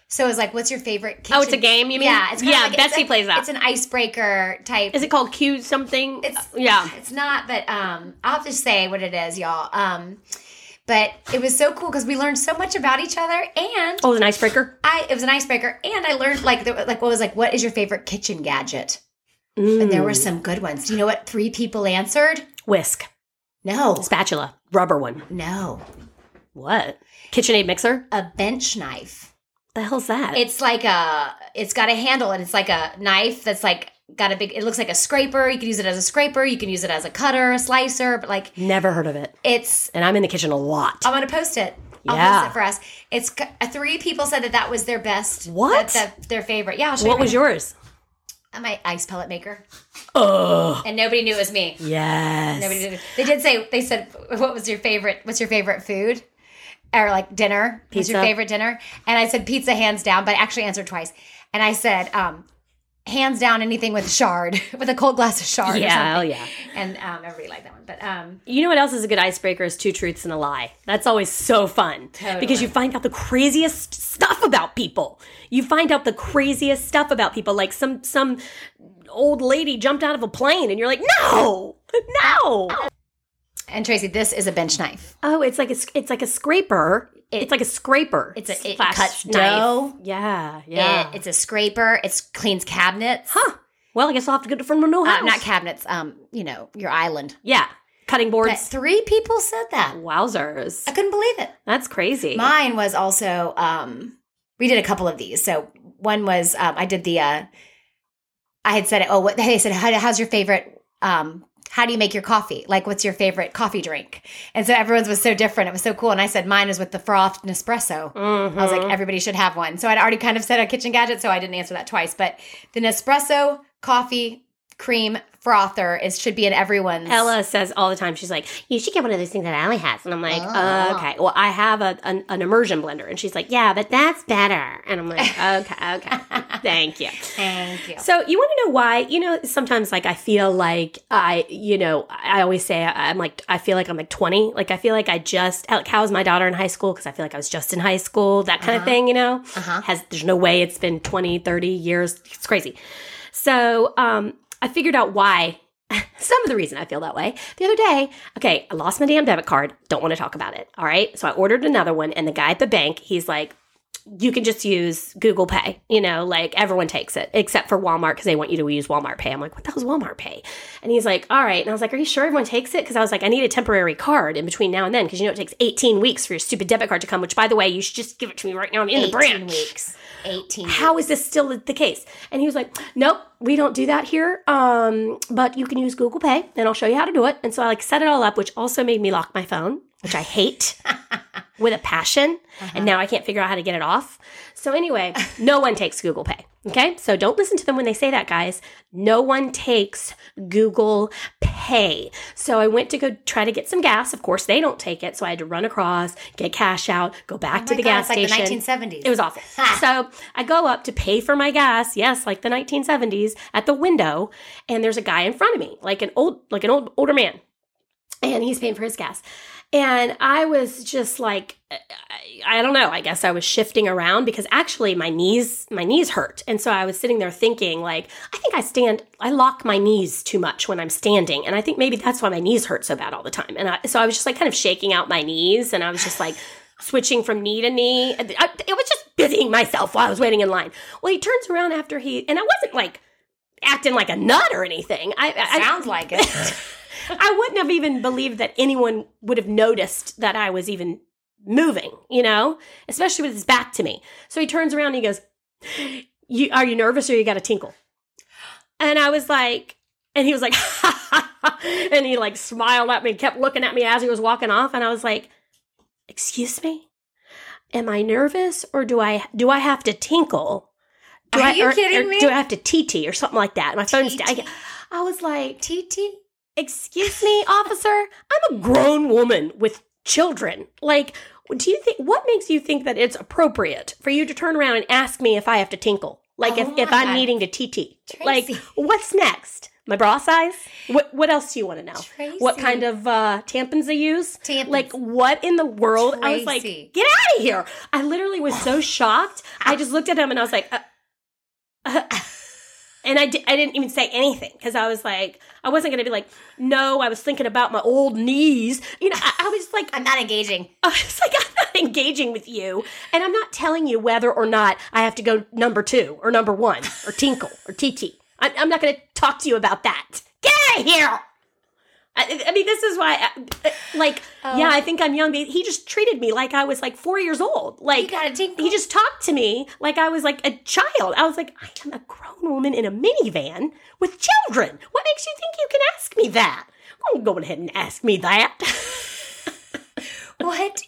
A: So it's like what's your favorite kitchen?
B: Oh, it's a game, you mean?
A: Yeah, it's kinda
B: Yeah,
A: like-
B: Betsy
A: it's a-
B: plays that.
A: It's an icebreaker type.
B: Is it called Q something? Uh,
A: It's-
B: yeah.
A: It's not, but um, I'll have to say what it is, y'all. Um, but it was so cool because we learned so much about each other, and
B: Oh, it's an icebreaker.
A: I it was an icebreaker, and I learned like the, like what was like what is your favorite kitchen gadget? And there
B: Mm.
A: were some good ones. Do you know what three people answered?
B: Whisk,
A: No,
B: spatula, rubber one.
A: no,
B: What? KitchenAid mixer?
A: a bench knife.
B: The hell's that?
A: It's like a it's got a handle, and it's like a knife that's like got a big. It looks like a scraper. You can use it as a scraper. You can use it as a cutter, a slicer, but like
B: Never heard of it.
A: it's
B: And I'm in the kitchen a lot.
A: I'm gonna post it. I'll
B: Yeah.
A: post it for us. It's c- uh, three people said that that was their best.
B: What?
A: That, that- their favorite. Yeah. I'll show
B: what
A: you
B: was yours?
A: right- my ice pellet maker?
B: Oh,
A: And nobody knew it was me. Nobody
B: yes.
A: did. They did say they said, "What was your favorite? What's your favorite food?" Or like dinner. What's your
B: Pizza.
A: favorite dinner? And I said pizza, hands down. But I actually answered twice. And I said um, hands down anything with shard, with a cold glass of shard.
B: Yeah,
A: Yeah,
B: oh
A: or something.
B: yeah.
A: And um, everybody liked that one. But um,
B: You know what else is a good icebreaker is two truths and a lie. That's always so fun because
A: Totally.
B: you find out the craziest stuff about people. You find out the craziest stuff about people, like some some old lady jumped out of a plane, and you're like, no, no.
A: and Tracy, this is a bench knife.
B: Oh, it's like a sc- it's like a scraper. it's like a scraper.
A: it's a- it
B: slash
A: cuts
B: knife.
A: dough.
B: Yeah, yeah.
A: Yeah. it's a scraper. It cleans cabinets.
B: huh. Well, I guess I'll have to get it from my new
A: Uh,
B: house.
A: not cabinets. Um, you know, your island.
B: yeah, cutting
A: But
B: boards.
A: three people said that.
B: Wowzers,
A: I couldn't believe it.
B: that's crazy.
A: Mine was also um we did a couple of these. So one was um I did the uh I had said it, oh what they said how, how's your favorite um how do you make your coffee? Like what's your favorite coffee drink? And so everyone's was so different. It was so cool and I said mine is with the frothed Nespresso.
B: Mhm.
A: I was like everybody should have one. So I'd already kind of said a kitchen gadget so I didn't answer that twice, but the Nespresso coffee cream frother is should be in everyone's
B: Ella says all the time, she's like, "You should get one of those things that Allie has," and I'm like,
A: Oh.
B: "Okay." Well, I have a an, an immersion blender, and she's like, "Yeah, but that's better," and I'm like, "Okay, okay, thank you."
A: Thank you.
B: So you want to know why? You know, sometimes like I feel like I, you know, I always say I- I'm like I feel like I'm like 20. Like I feel like I just like how was my daughter in high school? Because I feel like I was just in high school, that kind of
A: Uh-huh.
B: thing. You know,
A: Uh-huh.
B: has there's no way it's been 20, 30 years. It's crazy. So um, I figured out why. Some of the reason I feel that way. The other day, okay, I lost my damn debit card. Don't want to talk about it. All right. So I ordered another one, and the guy at the bank, he's like, you can just use Google Pay. You know, like everyone takes it except for Walmart because they want you to use Walmart Pay. I'm like, what the hell's Walmart Pay? And he's like, all right. And I was like, are you sure everyone takes it? Because I was like, I need a temporary card in between now and then because you know it takes 18 weeks for your stupid debit card to come. Which, by the way, you should just give it to me right now. I'm in the
A: 18
B: branch.
A: weeks. 18
B: How is this still the case? And he was like, nope, we don't do that here. Um, but you can use Google Pay, and I'll show you how to do it. And so I like set it all up, which also made me lock my phone, which I hate with a passion.
A: Uh-huh.
B: And now I can't figure out how to get it off. So anyway, no one takes Google Pay. Okay, so don't listen to them when they say that, guys. No one takes Google Pay. So I went to go try to get some gas. Of course, they don't take it, so I had to run across, get cash out, go back
A: Oh
B: to
A: my
B: the
A: God,
B: gas
A: it's
B: station.
A: like the 1970s.
B: It was awful. so I go up to pay for my gas, yes, like the 1970s, at the window, and there's a guy in front of me, like an old, like an old older man, and he's paying for his gas. And I was just like, I, I don't know. I guess I was shifting around because actually my knees, my knees hurt, and so I was sitting there thinking, like, I think I stand, I lock my knees too much when I'm standing, and I think maybe that's why my knees hurt so bad all the time. And I, so I was just like, kind of shaking out my knees, and I was just like switching from knee to knee. And I, it was just busying myself while I was waiting in line. Well, he turns around after he, and I wasn't like acting like a nut or anything. I, I
A: Sounds like it.
B: I wouldn't have even believed that anyone would have noticed that I was even moving, you know, especially with his back to me. So he turns around and he goes, you, Are you nervous or you got a tinkle? And I was like, and he was like, and he like smiled at me, kept looking at me as he was walking off. And I was like, Excuse me? Am I nervous or do I do I have to tinkle? Do
A: Are
B: I,
A: you
B: or-
A: kidding
B: or
A: me?
B: Do I have to TT or something like that? My phone's. I,
A: TT?
B: I was like,
A: TT.
B: Excuse me, officer? I'm a grown woman with children. Like, do you think what makes you think that it's appropriate for you to turn around and ask me if I have to tinkle? Like, if,
A: Oh
B: if
A: my
B: I'm
A: God.
B: needing to TT?
A: Tracy.
B: Like, what's next? My bra size? What What else do you want to know?
A: Tracy.
B: What kind of uh, tampons I use?
A: Tampons.
B: Like, what in the world? I was like,
A: Tracy. Ah.
B: get out of here! I literally was so shocked. I just looked at him and I was like, uh, and I, di- I didn't even say anything because I was like, I wasn't going to be like, no, I was thinking about my old knees. You know, I, I was like,
A: I'm not engaging.
B: I was like, I'm not engaging with you. And I'm not telling you whether or not I have to go number two or number one or tinkle or TT. I'm, I'm not going to talk to you about that. Get out of here. I, I mean, this is why, I, like, yeah, I think I'm young. But he just treated me like I was like four years old. Like,
A: You gotta take.
B: he just talked to me like I was like a child. I was like, I am a grown woman in a minivan with children. What makes you think you can ask me that? I'm going ahead and ask me that.
A: What?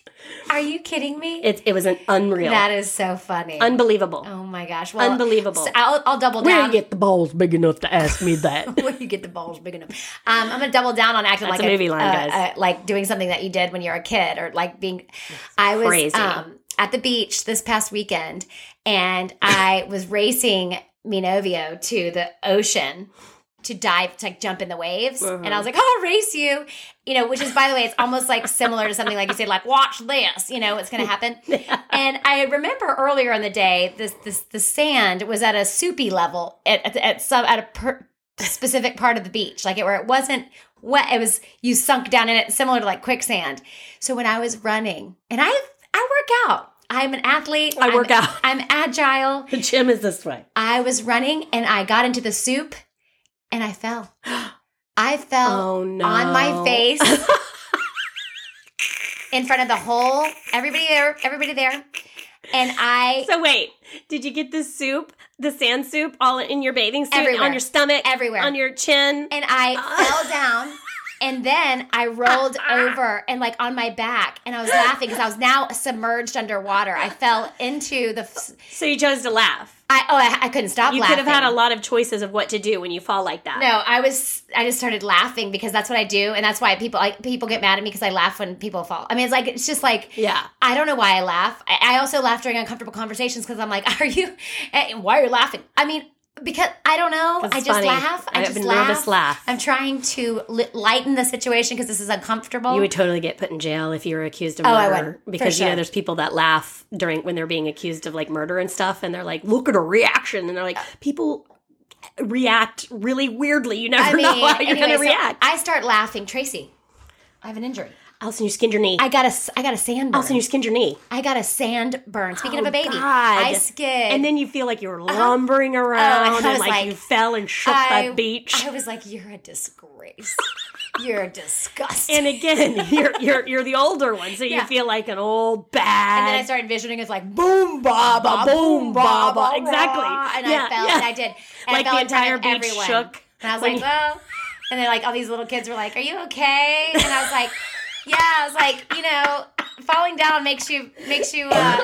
A: Are you kidding me?
B: It, it was an unreal,
A: That is so funny.
B: unbelievable,
A: oh my gosh! Well,
B: unbelievable.
A: so I'll, I'll double
B: Where
A: down.
B: you get the balls big enough to ask me that?
A: Where you get the balls big enough? Um, I'm gonna double down on acting
B: That's
A: like
B: a movie line,
A: uh,
B: guys.
A: uh, like doing something that you did when you were a kid, or like being. I was
B: crazy.
A: um, at the beach this past weekend, and I was racing Minovio to the ocean to dive to like jump in the waves and
B: Uh-huh.
A: i was like i'll race you you know which is by the way it's almost like similar to something like you said like watch this you know it's gonna happen and i remember earlier in the day this this the sand was at a soupy level at, at, at some at a per, specific part of the beach like it where it wasn't wet it was you sunk down in it similar to like quicksand so when i was running and i i work out i'm an athlete
B: I work
A: I'm-
B: out.
A: i'm agile
B: The gym is this way.
A: I was running and I got into the soup and I fell. I fell
B: Oh, no.
A: on my face in front of the whole everybody there, everybody there. And I
B: So wait, did you get the soup, the sand soup, all in your bathing suit,
A: Everywhere.
B: on your stomach,
A: Everywhere.
B: on your chin?
A: and I fell down and then I rolled over and like on my back and I was laughing because I was now submerged underwater. I fell into the f-
B: so you chose to laugh.
A: I oh I, I couldn't stop
B: You
A: laughing.
B: could have had a lot of choices of what to do when you fall like that.
A: No, I was. I just started laughing because that's what I do, and that's why people like people get mad at me because I laugh when people fall. I mean, it's like it's just like
B: Yeah.
A: I don't know why I laugh. I, I also laugh during uncomfortable conversations because I'm like, are you? eh, Why are you laughing? I mean, because I don't know. I
B: That's
A: just
B: funny.
A: laugh. I,
B: I have
A: just
B: a
A: laugh.
B: nervous laugh.
A: I'm trying to li- lighten the situation because this is uncomfortable.
B: You would totally get put in jail if you were accused of
A: Oh, I
B: murder
A: would, for
B: because you
A: sure.
B: know there's people that laugh during when they're being accused of like murder and stuff, and they're like, "Look at her reaction," and they're like, "People react really weirdly. You never
A: I mean,
B: know how you're
A: anyway,
B: going to
A: so
B: react."
A: I start laughing, Tracy. I have an injury.
B: Allison, you skinned your knee.
A: I got a. s- I got a sandburn.
B: Allison, Oh, you skinned your knee.
A: I got a sandburn. Speaking of
B: Oh,
A: a baby,
B: God.
A: I skid.
B: And then you feel like you're lumbering
A: I
B: around
A: was
B: and like,
A: like,
B: you fell and shook
A: I-
B: that beach.
A: I was like, you're a disgrace. you're disgusting.
B: and again, you're you're you're the older one, so
A: Yeah.
B: you feel like an old bag.
A: And then I started envisioning it's like boom ba ba boom ba ba
B: Exactly.
A: rah. And I
B: Yeah,
A: fell
B: yeah.
A: and I did. And
B: Like
A: I fell
B: the
A: in front of
B: entire beach
A: everyone.
B: shook
A: And I was
B: when
A: like,
B: you-
A: well. And then like all these little kids were like, Are you okay? And I was like, Yeah, I was like, you know, falling down makes you makes you uh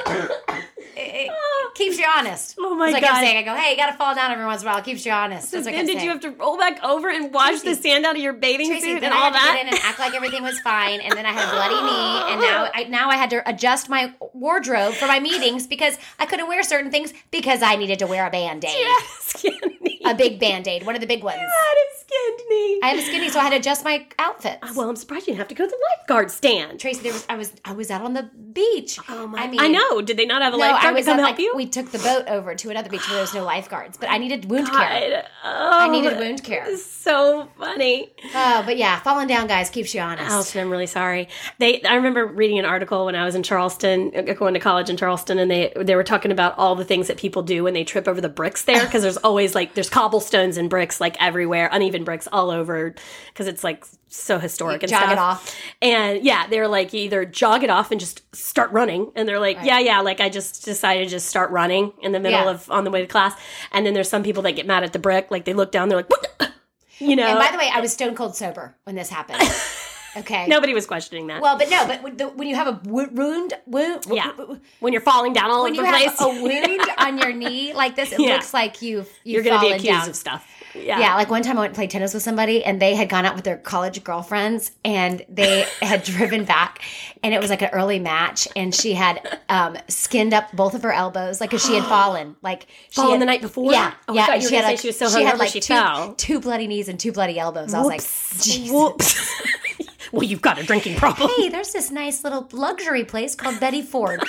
A: it, it keeps you honest.
B: Oh my
A: It's like
B: God.
A: I'm saying, I go, hey, you gotta fall down every once in a while, it keeps you honest. That's what I
B: then
A: kept
B: did
A: saying.
B: you have to roll back over and wash the
A: Tracy.
B: sand out of your bathing
A: Tracy,
B: suit
A: then
B: and
A: I
B: all
A: had to
B: that?
A: get in and act like everything was fine, and then I had a bloody knee, and now I, now I had to adjust my wardrobe for my meetings because I couldn't wear certain things because I needed to wear a band aid,
B: skinned knee.
A: a big band aid, one of the big ones.
B: I had a skinned knee.
A: I have a skinny, so I had to adjust my outfits.
B: well, I'm surprised you didn't have to go to the lifeguard stand.
A: Tracy, there was I was I was out on the beach.
B: Oh my! I, know. Did they not have a
A: No, I
B: lifeguard to
A: was
B: come
A: at,
B: help
A: like,
B: you?
A: We took the boat over to another beach where there was no lifeguards, but I needed wound care.
B: God. Oh,
A: I needed wound care.
B: So funny.
A: Oh, but yeah, falling down, guys, keeps you honest.
B: Allison, I'm really sorry. They, I remember reading an article when I was in Charleston, uh, going to college in Charleston, and they they were talking about all the things that people do when they trip over the bricks there, because there's always like there's cobblestones and bricks like everywhere, uneven bricks all over, because it's like so historic and
A: jog it
B: stuff.
A: off.
B: And yeah, they're like you either jog it off and just start running, and they're like, yeah, yeah, like I just decided to just start running in the middle
A: Yeah.
B: of on the way to class, and then there's some people that get mad at the brick, like they look down, they're like, what? the-" You know,
A: And by the way, I was stone cold sober when this happened. Okay.
B: nobody was questioning that.
A: Well, but no, but when, the, when you have a wo- wound, wound,
B: Yeah. When you're falling down all
A: when you
B: over the
A: have
B: place,
A: a wound on your knee like this, it
B: Yeah.
A: looks like you've,
B: you're
A: you've
B: going to be
A: fallen
B: accused
A: down.
B: of stuff. Yeah.
A: yeah, like one time I went and played tennis with somebody, and they had gone out with their college girlfriends, and they had driven back, and it was like an early match, and she had um, skinned up both of her elbows, like because she had fallen, like she
B: Fallen
A: had-
B: the night before?
A: Yeah,
B: Oh, I
A: yeah,
B: thought
A: and
B: you were
A: she had
B: gonna
A: like
B: say she was so
A: she had
B: hungover
A: like
B: she
A: two,
B: fell.
A: two bloody knees and two bloody elbows. I was like, "Jeez."
B: Whoops. well, you've got a drinking problem.
A: hey, there's this nice little luxury place called Betty Ford,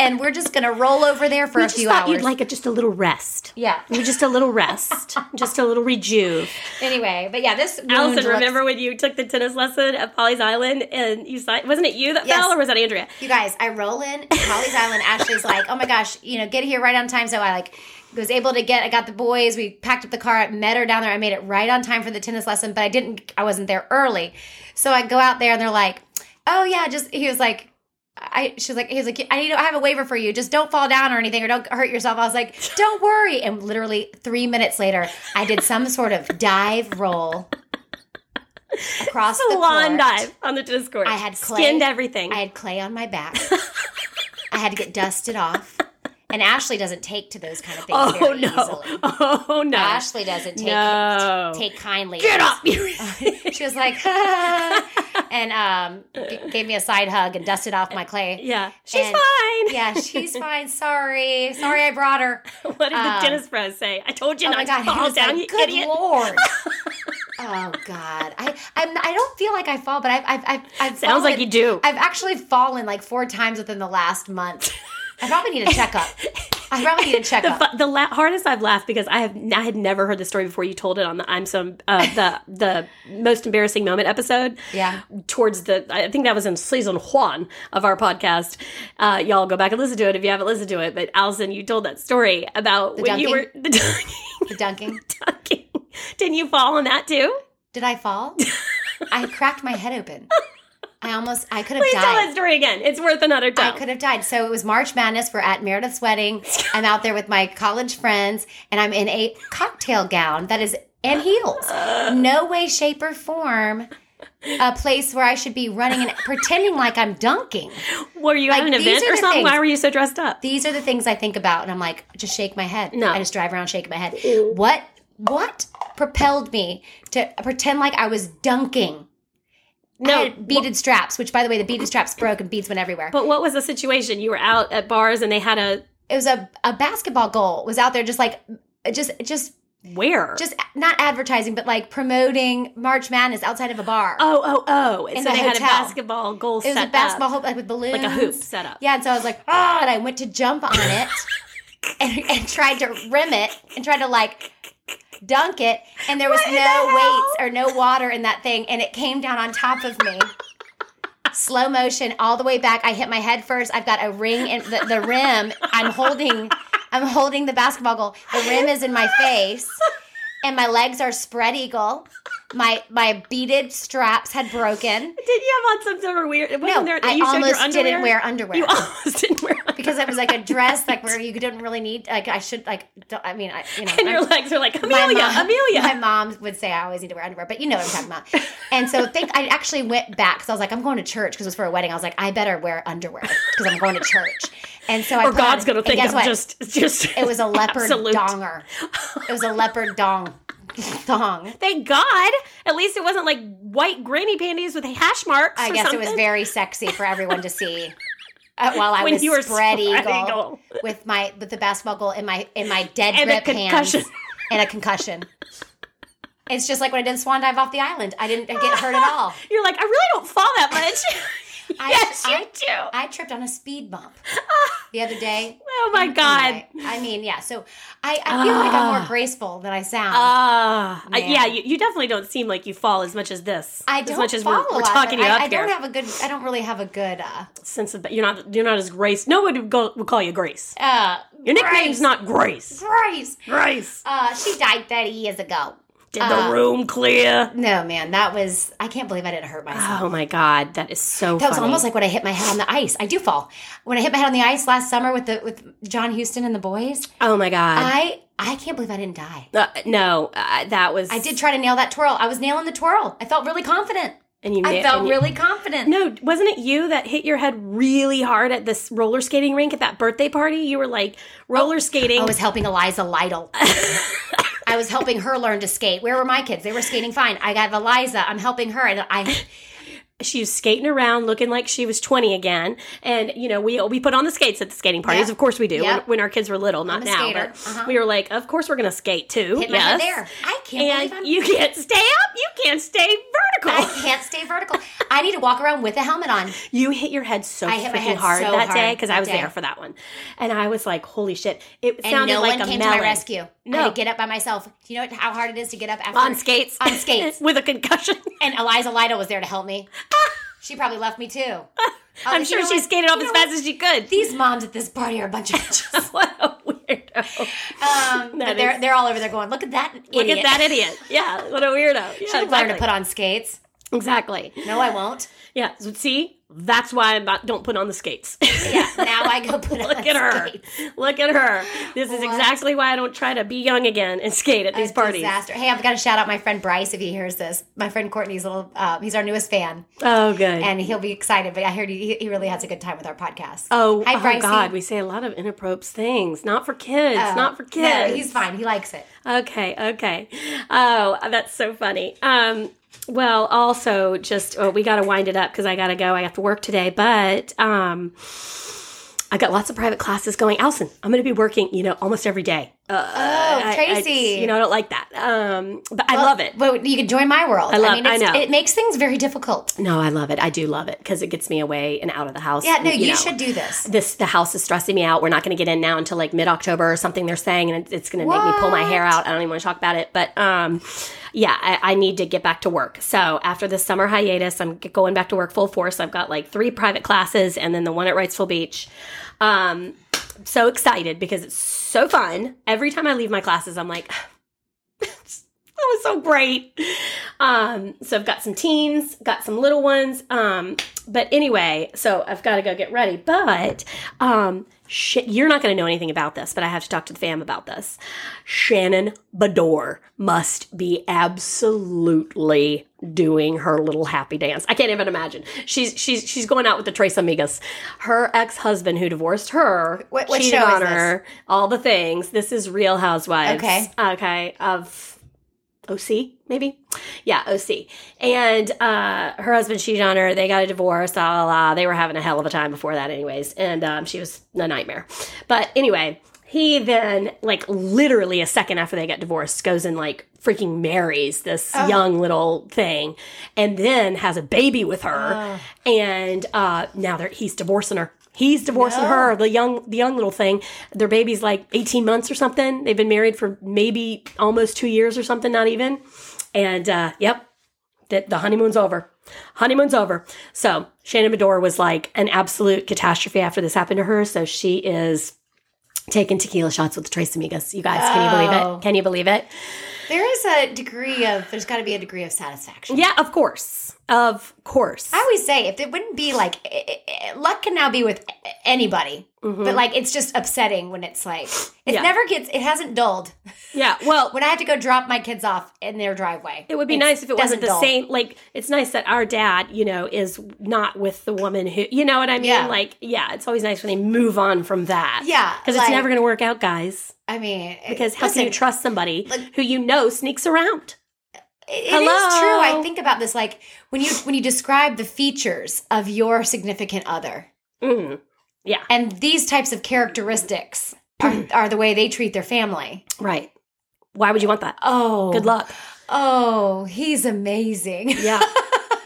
A: and we're just gonna roll over there for a
B: just
A: few
B: thought
A: hours.
B: you'd like a, just a little rest.
A: yeah.
B: Just a little rest. just a little rejuve.
A: Anyway, but yeah, this wound
B: Allison,
A: looks-
B: remember when you took the tennis lesson at Polly's Island and you saw, wasn't it you that
A: Yes.
B: fell or was that Andrea?
A: You guys, I roll in Holly's Island. Ashley's like, "Oh my gosh, you know, get here right on time." So I like was able to get. I got the boys. We packed up the car. I met her down there. I made it right on time for the tennis lesson, but I didn't. I wasn't there early, so I go out there and they're like, "Oh yeah, just." He was like. I she was like he was like I need I have a waiver for you just don't fall down or anything or don't hurt yourself I was like don't worry and literally three minutes later I did some sort of dive roll across the
B: Lawn
A: court.
B: dive on the tennis court.
A: I had clay.
B: skinned everything.
A: I had clay on my back. I had to get dusted off. And Ashley doesn't take to those kind of things
B: Oh
A: very
B: no!
A: easily.
B: Oh no!
A: Ashley doesn't take
B: No.
A: take kindly.
B: Get up!
A: She was like, "Ah," and um, g- gave me a side hug and dusted off my clay.
B: yeah, she's
A: And-
B: fine.
A: Yeah, she's fine. Sorry, sorry, I brought her.
B: What did
A: Um,
B: the tennis press say? I told you
A: Oh my
B: not
A: god!
B: to
A: he
B: fall
A: was
B: down,
A: like,
B: you
A: Good
B: idiot.
A: lord. oh god, I I'm, I don't feel like I fall, but I've I've I've, I've
B: Sounds like
A: fallen-
B: you do.
A: I've actually fallen like four times within the last month. I probably need a checkup. I probably need a
B: the
A: checkup.
B: fu- the la- hardest I've laughed because I have I had never heard the story before. You told it on the I'm so uh, the the most embarrassing moment episode.
A: Yeah.
B: towards the I think that was in season one of our podcast. Uh, y'all go back and listen to it if you haven't listened to it. But Allison, you told that story about when you were
A: dunking?
B: the dunking,
A: The dunking.
B: dunking. Didn't you fall on that too?
A: Did I fall? I cracked my head open. I almost I could have
B: Please tell
A: died.
B: that story again. It's worth another
A: I
B: time.
A: could have died. So it was March Madness. We're at Meredith's wedding. I'm out there with my college friends, and I'm in a cocktail gown that is and heels. No way, shape, or form a place where I should be running and pretending like I'm dunking.
B: Were you at an
A: Like, these
B: event
A: are
B: or
A: the
B: something? Why
A: things-
B: were you so dressed up?
A: These are the things I think about, and I'm like, just shake my head.
B: No. Mm-hmm.
A: I just drive around, shake my head. What what propelled me to pretend like I was dunking? I
B: No,
A: had beaded straps, which by the way, the beaded straps broke and beads went everywhere.
B: but what was the situation? You were out at bars and they had a
A: it was a, a basketball goal was out there just like just just
B: where?
A: just not advertising but like promoting march madness outside of a bar
B: oh oh oh. And so
A: the
B: they had a
A: hotel.
B: basketball goal
A: it was
B: set
A: a basketball
B: up,
A: hoop like with balloons
B: like a hoop set up.
A: yeah and so i was like oh and i went to jump on it and, and tried to rim it and tried to like dunk it and there was
B: What in the
A: no
B: hell?
A: weights or no water in that thing and it came down on top of me slow motion all the way back i hit my head first i've got a ring in the, the rim i'm holding i'm holding the basketball goal the rim is in my face and my legs are spread eagle my my beaded straps had broken
B: Did you have on some sort of weird? Wasn't
A: no
B: there,
A: i
B: you showed your
A: almost
B: underwear?
A: didn't wear underwear
B: You almost didn't wear underwear.
A: because it was like a dress like where you didn't really need like i should like don't, i mean i you know
B: and
A: I'm-
B: your legs are like
A: my
B: Amelia,
A: mom-
B: Amelia.
A: My mom would say I always need to wear underwear, but you know what I'm talking about. And so think I actually went back because I was like, I'm going to church because it was for a wedding. I was like, I better wear underwear because I'm going to church. And so I
B: or
A: put on-
B: God's gonna
A: and
B: think
A: guess
B: I'm
A: what?
B: just just.
A: It was a leopard
B: absolute.
A: donger. It was a leopard dong dong.
B: Thank God. At least it wasn't like white granny panties with hash marks.
A: I
B: or
A: guess it
B: something.
A: was very sexy for everyone to see. uh, while I
B: When
A: was
B: you were
A: spread
B: spread
A: eagle,
B: eagle.
A: with my with the basketball goal in my in my dead
B: And a
A: grip hands
B: concussion.
A: and a concussion. It's just like when I did the swan dive off the island. I didn't get hurt at all.
B: You're like I really don't fall that much.
A: I-
B: yes,
A: I-
B: you do.
A: I tripped on a speed bump the other day.
B: oh my God.
A: Anyway, I mean, yeah. So I, I feel like I'm more graceful than I sound.
B: Ah, I-
A: Man.
B: yeah. You, you definitely don't seem like you fall as much as this.
A: I
B: as
A: don't
B: much as
A: fall
B: we're,
A: a
B: we're
A: lot,
B: talking
A: but
B: you
A: I,
B: up
A: I
B: here.
A: don't have a good. I don't really have a good. Uh,
B: Sense of you're not you're not as Grace. No one would go, would call you Grace.
A: uh,
B: Your nickname's not Grace.
A: Grace.
B: Grace.
A: Uh, she died 30 years ago.
B: Did the room clear?
A: No, man, that was. I can't believe I didn't hurt myself.
B: Oh my god, that is so.
A: That was
B: funny.
A: almost like when I hit my head on the ice. I do fall. When I hit my head on the ice last summer with the with John Houston and the boys,
B: Oh my god.
A: I I can't believe I didn't die.
B: Uh, no, uh, that was.
A: I did try to nail that twirl. I was nailing the twirl. I felt really confident.
B: and you. na-
A: I felt
B: and you-
A: really confident.
B: No, wasn't it you that hit your head really hard at this roller skating rink at that birthday party? You were like roller skating.
A: I was helping Eliza Lytle. I was helping her learn to skate. Where were my kids? They were skating fine. I got Eliza. I'm helping her. And I
B: she was skating around, looking like she was twenty again. And you know, we we put on the skates at the skating parties.
A: Yep.
B: Of course, we do. When,
A: Yep.
B: when our kids were little, not
A: a
B: now.
A: skater.
B: But
A: Uh-huh.
B: we were like, of course, we're gonna skate too.
A: hit my
B: yes.
A: head there. I can't
B: And
A: believe I'm.
B: you can't stay up. You can't stay
A: I
B: vertical.
A: can't stay vertical. I need to walk around with a helmet on.
B: You hit your head so
A: I hit my
B: freaking
A: head
B: hard
A: so
B: that
A: hard
B: day because I
A: that
B: was
A: day.
B: there for that one, and I was like, "Holy shit!" It
A: And
B: sounded
A: no
B: like
A: one
B: a
A: came to
B: melon.
A: my rescue. I had
B: No.
A: to get up by myself. Do you know what, how hard it is to get up after
B: on skates,
A: On skates.
B: with a concussion.
A: And Eliza Lytle was there to help me. she probably left me too. I was like,
B: I'm
A: you
B: sure
A: know
B: she
A: what?
B: skated off
A: You
B: as
A: know
B: fast as she could.
A: These moms at this party are a bunch of bitches.
B: what a weirdo!
A: Um, but
B: That
A: they're
B: is-
A: they're all over there going, look at that idiot.
B: Look at that idiot. Yeah, what a weirdo. Yeah,
A: Should have learned to
B: exactly.
A: put on skates.
B: Exactly.
A: No, I won't.
B: Yeah. So see, that's why I about don't put on the skates.
A: Yeah, now I go put on
B: Look at her.
A: skates.
B: Look at her. This is
A: What?
B: exactly why I don't try to be young again and skate at these
A: A
B: parties.
A: Disaster. Hey, I've got to shout out my friend Bryce if he hears this. My friend Courtney's little, uh, he's our newest fan,
B: Oh, good.
A: and he'll be excited. But I heard he, he really has a good time with our podcast.
B: oh,
A: Hi,
B: oh,
A: Brycey.
B: God. We say a lot of inappropriate things. Not for kids.
A: Oh,
B: not for kids.
A: No, he's fine. He likes it.
B: Okay, okay. Oh, that's so funny. Um, well, also, just oh, we got to wind it up because I got to go. I have to work today, but um, I got lots of private classes going. Allison, I'm going to be working, you know, almost every day. Uh,
A: Oh,
B: I- I-
A: Tracy.
B: you know, I don't like that. Um, but I love it.
A: But you can join my world. I
B: love-
A: mean, it's,
B: I know.
A: It makes things very difficult.
B: No, I love it. I do love it because it gets me away and out of the house.
A: Yeah, no, you,
B: know.
A: should do this.
B: This the house is stressing me out. We're not going to get in now until like mid October or something. They're saying, and it, it's going to make me pull my hair out. I don't even want to talk about it. But um, yeah, I, I need to get back to work. So after the summer hiatus, I'm g- going back to work full force. I've got like three private classes and then the one at Wrightsville Beach. Um, so excited because it's so fun. Every time I leave my classes, I'm like. That was so great. Um, so I've got some teens, got some little ones. Um, but anyway, so I've got to go get ready. But um, sh- you're not going to know anything about this, but I have to talk to the fam about this. Shannon Bador must be absolutely doing her little happy dance. I can't even imagine. She's she's she's going out with the Tres Amigas. Her ex husband who divorced her
A: What- what
B: cheated
A: show
B: on
A: is this?
B: her. All the things. This is Real Housewives.
A: Okay.
B: Okay. Of OC, maybe? Yeah, OC. And uh, her husband cheated on her. They got a divorce. La, la, la. They were having a hell of a time before that, anyways. And um, she was a nightmare. But anyway, he then, like, literally a second after they got divorced, goes and, like, freaking marries this young little thing and then has a baby with her. And uh, now they're, he's divorcing her. He's divorcing
A: No.
B: her, the young, the young little thing. Their baby's like eighteen months or something. They've been married for maybe almost two years or something, not even. And uh, yep, that the honeymoon's over. Honeymoon's over. So Shannon Medore was like an absolute catastrophe after this happened to her. So she is taking tequila shots with the Trace Amigas. You guys, can you believe
A: Oh.
B: it? Can you believe it?
A: There is a degree of, there's got to be a degree of satisfaction.
B: Yeah, of course, of course.
A: I always say if it wouldn't be like eh, eh, eh, luck can now be with eh, anybody, but like it's just upsetting when it's like it
B: Mm-hmm. Yeah.
A: never gets it hasn't dulled.
B: yeah, well,
A: When I have to go drop my kids off in their driveway,
B: It would be
A: it's-
B: nice if it wasn't
A: doesn't
B: the
A: dull.
B: same. Like, it's nice that our dad, you know, is not with the woman who, you know what I mean?
A: Yeah.
B: Like, yeah, it's always nice when they move on from that.
A: Yeah,
B: Because
A: like-
B: it's never going to work out, guys.
A: I mean, it-
B: Because how can you
A: listen,
B: trust somebody who you know sneaks around?
A: It it is
B: Hello?
A: true. I think about this like when you when you describe the features of your significant other,
B: Mm.
A: and these types of characteristics are, are the way they treat their family.
B: Right. Why would you want that?
A: Oh,
B: Good luck.
A: Oh, he's amazing.
B: Yeah.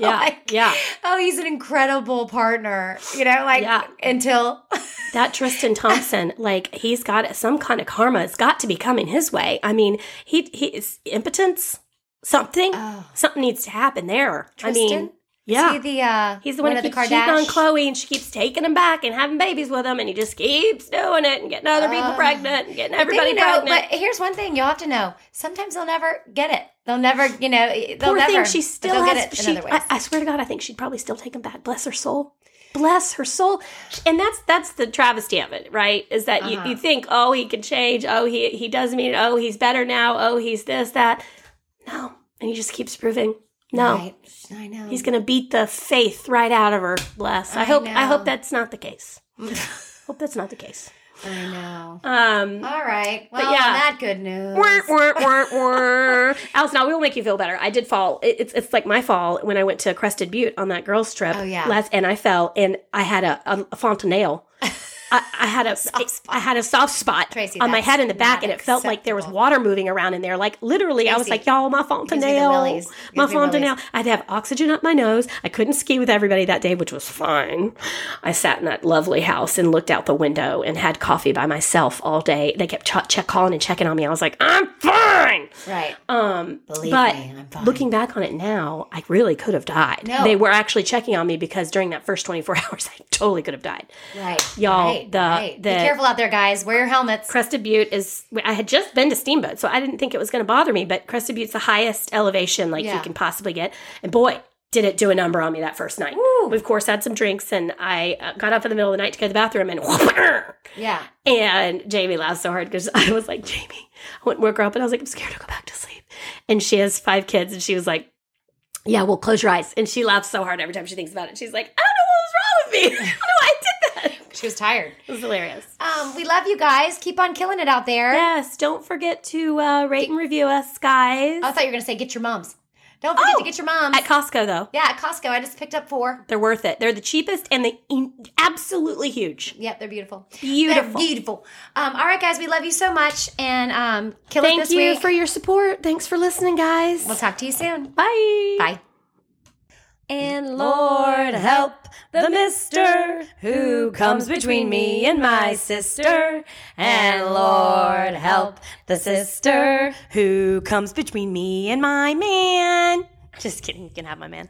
B: Yeah.
A: Like-
B: yeah.
A: Oh, he's an incredible partner. You know, like
B: Yeah.
A: until
B: That Tristan Thompson, like he's got some kind of karma. It's got to be coming his way. I mean, he he is impotence. Something,
A: Oh.
B: something needs to happen there. I
A: Tristan?
B: mean, yeah,
A: see the uh,
B: He's the one,
A: of
B: who
A: the
B: keeps cheating on
A: Kardashians.
B: Chloe, and she keeps taking him back and having babies with him, and he just keeps doing it and getting other people
A: Ugh.
B: pregnant and getting
A: Uh, But then,
B: everybody
A: you know,
B: pregnant.
A: But here's one thing you'll have to know: sometimes they'll never get it. They'll never, you know, they'll
B: Poor
A: never.
B: thing,
A: but
B: she still
A: they'll
B: has.
A: get it in
B: she,
A: other ways.
B: I, I swear to God, I think she'd probably still take him back. Bless her soul. Bless her soul. And that's that's the travesty of it, right? Is that
A: Uh-huh.
B: you, you think, oh, he can change. Oh, he he does mean. Oh, he's better now. Oh, he's this that. No, and he just keeps proving. No.
A: Right. I know.
B: He's gonna beat the faith right out of her. Bless. I,
A: I
B: hope. I
A: know.
B: hope that's not the case. hope that's not the case.
A: I know.
B: Um,
A: All right. Well,
B: yeah.
A: on that good news.
B: Wah, wah, wah, wah. Alice, now we will make you feel better. I did fall. It- It's it's like my fall when I went to Crested Butte on that girls trip.
A: Oh, yeah.
B: last, and I fell and I had a a, a fontanelle. I, I had a I had a soft spot
A: Tracy,
B: on my
A: that's
B: head and the back,
A: not
B: and it felt like there was
A: acceptable.
B: water moving around in there. Like literally, I was like,
A: Tracy,
B: "Y'all, my
A: me the
B: fontanelle,
A: willies. Gives
B: my
A: me willies.
B: fontanelle." I'd have oxygen up my nose. I couldn't ski with everybody that day, which was fine. I sat in that lovely house and looked out the window and had coffee by myself all day. They kept ch- check calling and checking on me. I was like, "I'm fine."
A: Right.
B: Um,
A: Believe
B: but
A: me, I'm fine.
B: looking back on it now, I really could have died.
A: No.
B: They were actually checking on me because during that first 24 hours, I totally could have died.
A: Right.
B: Y'all,
A: Right.
B: the-
A: right.
B: the-
A: be careful out there, guys. Wear your helmets.
B: Crested Butte is, I had just been to Steamboat, so I didn't think it was going to bother me, but Crested Butte's the highest elevation like
A: Yeah.
B: you can possibly get. And boy, did it do a number on me that first night.
A: Ooh.
B: We, of course, had some drinks, and I uh, got up in the middle of the night to go to the bathroom, and
A: Yeah.
B: and Jamie laughed so hard because I was like, Jamie, I went and woke her up, and I was like, I'm scared to go back to sleep. And she has five kids, and she was like, Yeah, well, close your eyes. And she laughs so hard every time she thinks about it. She's like, I don't know what was wrong with me. I don't know why I did that.
A: She was tired.
B: It was hilarious.
A: Um, we love you guys. Keep on killing it out there.
B: Yes, don't forget to uh, rate and review us, guys.
A: I thought you were going to say get your moms. Don't forget
B: Oh.
A: to get your moms.
B: At Costco, though,
A: yeah, at Costco. I just picked up four.
B: they're worth it. They're the cheapest and the in- absolutely huge.
A: Yep, they're beautiful.
B: Beautiful.
A: They're beautiful. Um, all right, guys, we love you so much. And um, kill it
B: Thank
A: this
B: you
A: week.
B: for your support. Thanks for listening, guys.
A: we'll talk to you soon.
B: Bye.
A: Bye.
B: And Lord help the mister who comes between me and my sister. And Lord help the sister who comes between me and my man. Just kidding, you can have my man.